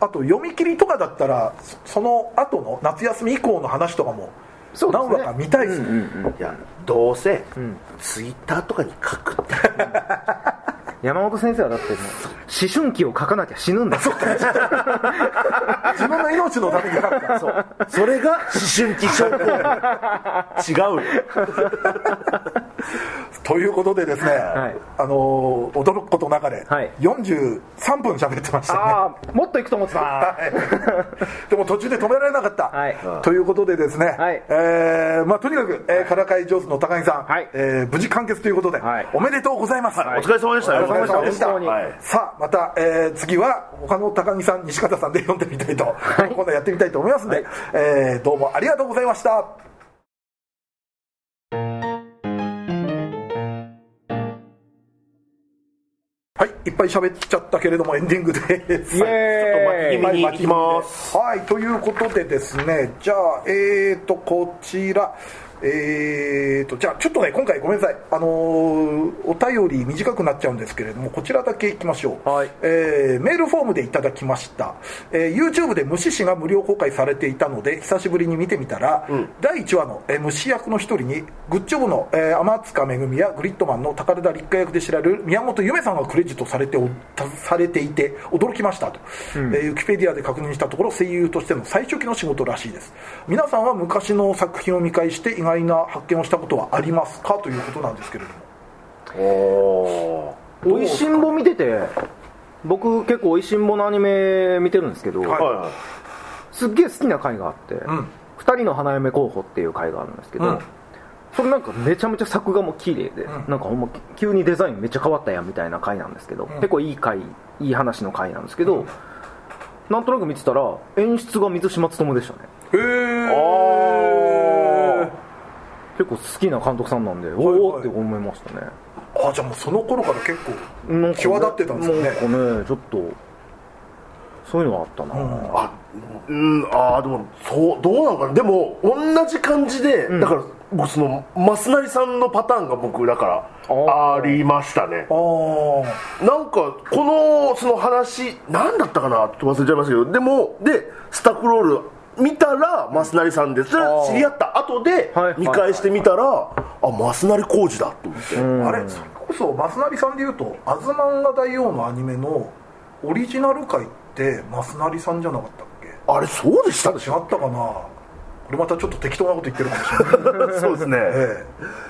あと読み切りとかだったらそその後の夏休み以降の話とかも
そうです
何
ね
話か見たいですね
いやどうせ、ツイッターとかに書くって
山本先生はだってもう思春期を書かなきゃ死ぬんだよ
自分の命のために書く
(laughs)
から
そう (laughs) それが思春期症 (laughs) 候群違うよ
ということでですね、
い
あのー驚くことなかれ、
はい
43分喋ってましたね
ああもっといくと思ってた
はいでも途中で止められなかった、
はい
ということでですね、
はい
えーまあ、とにかく、えー、からかい上手の高木さん、
はい
えー無事完結ということで、
はい
おめでとうございます、
お疲れ様でした
お疲れ様でした
本当に
はい
さあまた、えー次は他の高木さん西方さんで読んでみたいと、今度はやってみたいと思いますので、えーどうもありがとうございましたはいいっぱい喋っちゃったけれどもエンディングです
イエーイ
ちょっと巻き気味に行きます
はいということでですねじゃあえーとこちらえーとじゃあちょっとね今回ごめんなさいあのーお便り短くなっちゃうんですけれどもこちらだけいきましょう、
はい
えーメールフォームでいただきました、えー YouTube で虫師が無料公開されていたので久しぶりに見てみたら、第1話の、えー虫役の一人にグッジョブの、えー、天塚恵やグリッドマンの宝田立花役で知られる宮本夢さんがクレジットされておたされていて驚きましたと、えーウィキペディアで確認したところ声優としての最初期の仕事らしいです皆さんは昔の作品を見返して意外な発見をしたことはありますかということなんですけれども
おー
おいしんぼ見てて僕結構おいしんぼのアニメ見てるんですけど、
はい
は
すっげえ好きな回があって「
ん
二人の花嫁候補」っていう回があるんですけど、
うん
それなんかめちゃめちゃ作画も綺麗で、なんかほんま急にデザインめっちゃ変わったやんみたいな回なんですけど、結構いい回いい話の回なんですけど、なんとなく見てたら演出が水島努でしたね
へ
いおー
結構好きな監督さんなんで、
い
おおって思いましたね
あじゃあもうその頃から結構
なんかね
際立ってたんですよね
なんかねちょっとそういうのはあったな、
あうんあーでもそうどうなのかなでも同じ感じで、だから僕その増成さんのパターンが僕だからあ
あー
りましたね
ああ
なんかこのその話何だったかなって忘れちゃいましたけどでもでスタッフロール見たら増成さんです、
あー
知り合った後で
はいはい
見返してみたら、あ増成浩二だと思って、
あれそれこそ増成さんでいうと「アズマンガ大王」のアニメのオリジナル回って増成さんじゃなかったっけ
あれそうでしたで (laughs) し
違
ょ
ったかなこれまたちょっと適当なこと言ってるかもし (laughs) れない
そうですね、
ええ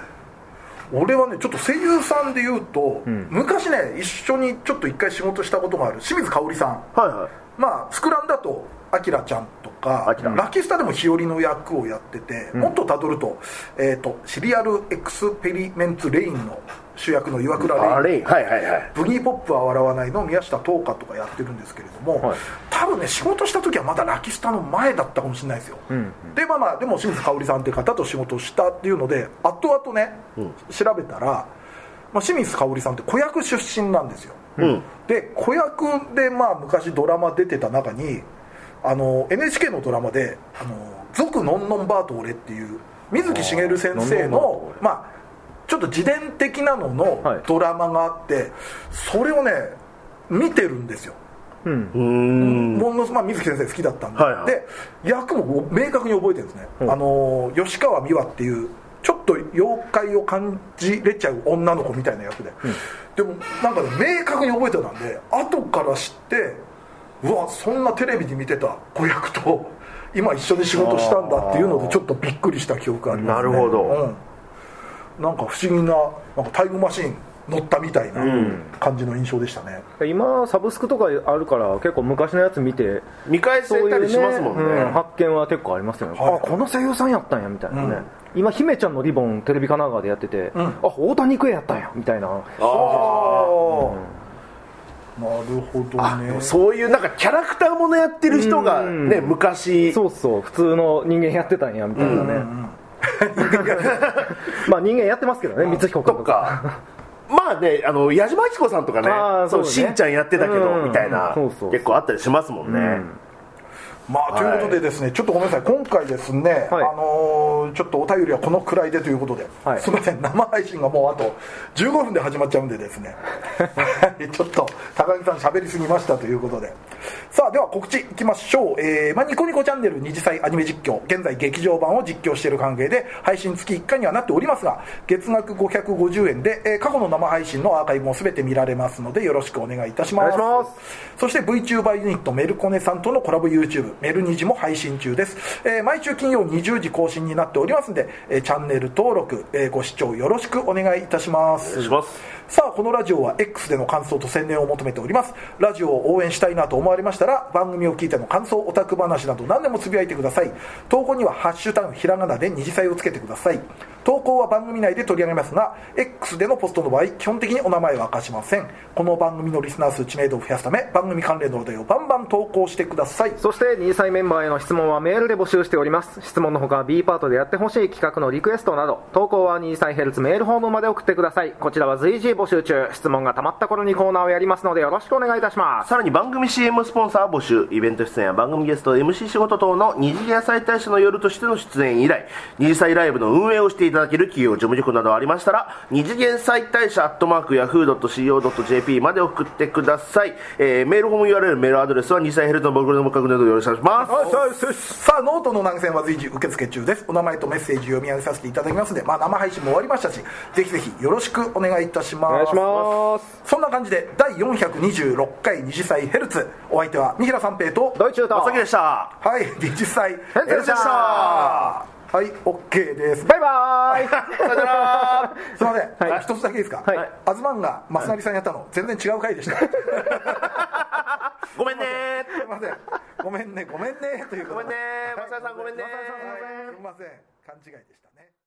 俺はねちょっと声優さんでいうと、昔ね一緒にちょっと一回仕事したことがある清水香織さん
はいはい
まあスクランだとアキラちゃんとか
アキラ
ラッキースターでも日和の役をやってて、もっとたどると,、えー、とシリアルエクスペリメンツ・レインの主役の岩倉レイン
あれはいはいはい
ブギーポップは笑わないの宮下桃花とかやってるんですけれども、
はい
多分ね仕事した時はまだラキスタの前だったかもしれないですよ、でまあまあでも清水香織さんっていう方と仕事をしたっていうので後々ね、調べたら、まあ、清水香織さんって子役出身なんですよ、
うん
で子役でまあ昔ドラマ出てた中にあの NHK のドラマで「あの族のんのんばーと俺」っていう水木しげる先生のまあちょっと自伝的なの
はい
のドラマがあって、それをね見てるんですよ
うん
うーん
ものすまあ、水木先生好きだったんで,、
はいはい
で役も明確に覚えてるんですね、あの吉川美和っていうちょっと妖怪を感じれちゃう女の子みたいな役で、でもなんかね明確に覚えてたんで後から知ってうわそんなテレビで見てた子役と今一緒に仕事したんだっていうのでちょっとびっくりした記憶があります、ね、
なるほど
うん、なんか不思議ななんかタイムマシン乗ったみたいな感じの印象でしたね、
今サブスクとかあるから結構昔のやつ見て
見返
そう
せ
い
た
う、ね
りしますもんね
うん発見は結構ありますよね、
はい
あこの声優さんやったんやみたいなね、
うん
今姫ちゃんのリボンテレビ神奈川でやってて、
ん
あ大谷育英やったんやみたいな
あ
なるほど
あ、で
ね
もそういうなんかキャラクターものやってる人が
うん
ね昔
そうそう普通の人間やってたんやみたいなね、 (laughs) まあ人間やってますけどね光彦君
とか (laughs) まあねあの矢島明子さんとかね
あーそう
そう
ね
しんちゃんやってたけ
う
ど
ん
みたいな
そうそうそう
結構あったりしますもんね
まあ、ということでですね、ちょっとごめんなさい今回ですね、
はい
あのーちょっとお便りはこのくらいでということで、
はい
すみません生配信がもうあと15分で始まっちゃうんで
(laughs)
ですねはいちょっと高木さん喋りすぎましたということでさあでは告知いきましょう、えーまあ、ニコニコチャンネル二次祭アニメ実況現在劇場版を実況している関係で配信月1回にはなっておりますが月額550円で、えー過去の生配信のアーカイブも全て見られますのでよろしくお願いいたします
お願いします
そして VTuber ユニットメルコネさんとのコラボ YouTube メルニジも配信中です、えー毎週金曜20時更新になっておりますので、えーチャンネル登録、えーご視聴よろしくお願いいたします
お願いします
さあこのラジオは X での感想と宣伝を求めておりますラジオを応援したいなと思われましたら番組を聞いての感想オタク話など何でもつぶやいてください投稿には「ハッシュタグひらがな」で二次祭をつけてください投稿は番組内で取り上げますが X でのポストの場合基本的にお名前は明かしませんこの番組のリスナー数知名度を増やすため番組関連のお題をバンバン投稿してください
そして2歳メンバーへの質問はメールで募集しております質問のほか B パートでやってほしい企画のリクエストなど投稿は2歳ヘルツメールフォームまで送ってくださいこちらは随時募集中質問がたまった頃にコーナーをやりますのでよろしくお願いいたします
さらに番組 CM スポンサー募集イベント出演や番組ゲスト MC 仕事等の二次野菜大使の夜としての出演以来二次祭ライブの運営をしていただける企業事務局などありましたら二次元祭大使アットマークヤフー .co.jp まで送ってください、えーメールフォーム URL メールアドレスは二次祭ヘルツの僕の目格などよろしくお願いします
さあノートの投げ銭は随時受付中ですお名前とメッセージ読み上げさせていただきますので、まあ、生配信も終わりましたしぜひぜひよろしくお願いいたします
ます
そんな感じで第426回二次祭ヘルツお相手は三平三平と
ドイツと
まさきでした
はい二次祭ヘ
ルツでした
はい OK です
バイバーイさよなら
すいません、一つだけいいですか、
はい
アズマンが松成さんやったの、全然違う回でしたす
ごめんね
いませんごめんねごめんねというこ
ご
と
め
で
んねマサイさんごめんね
松成さんすいません勘違いでしたね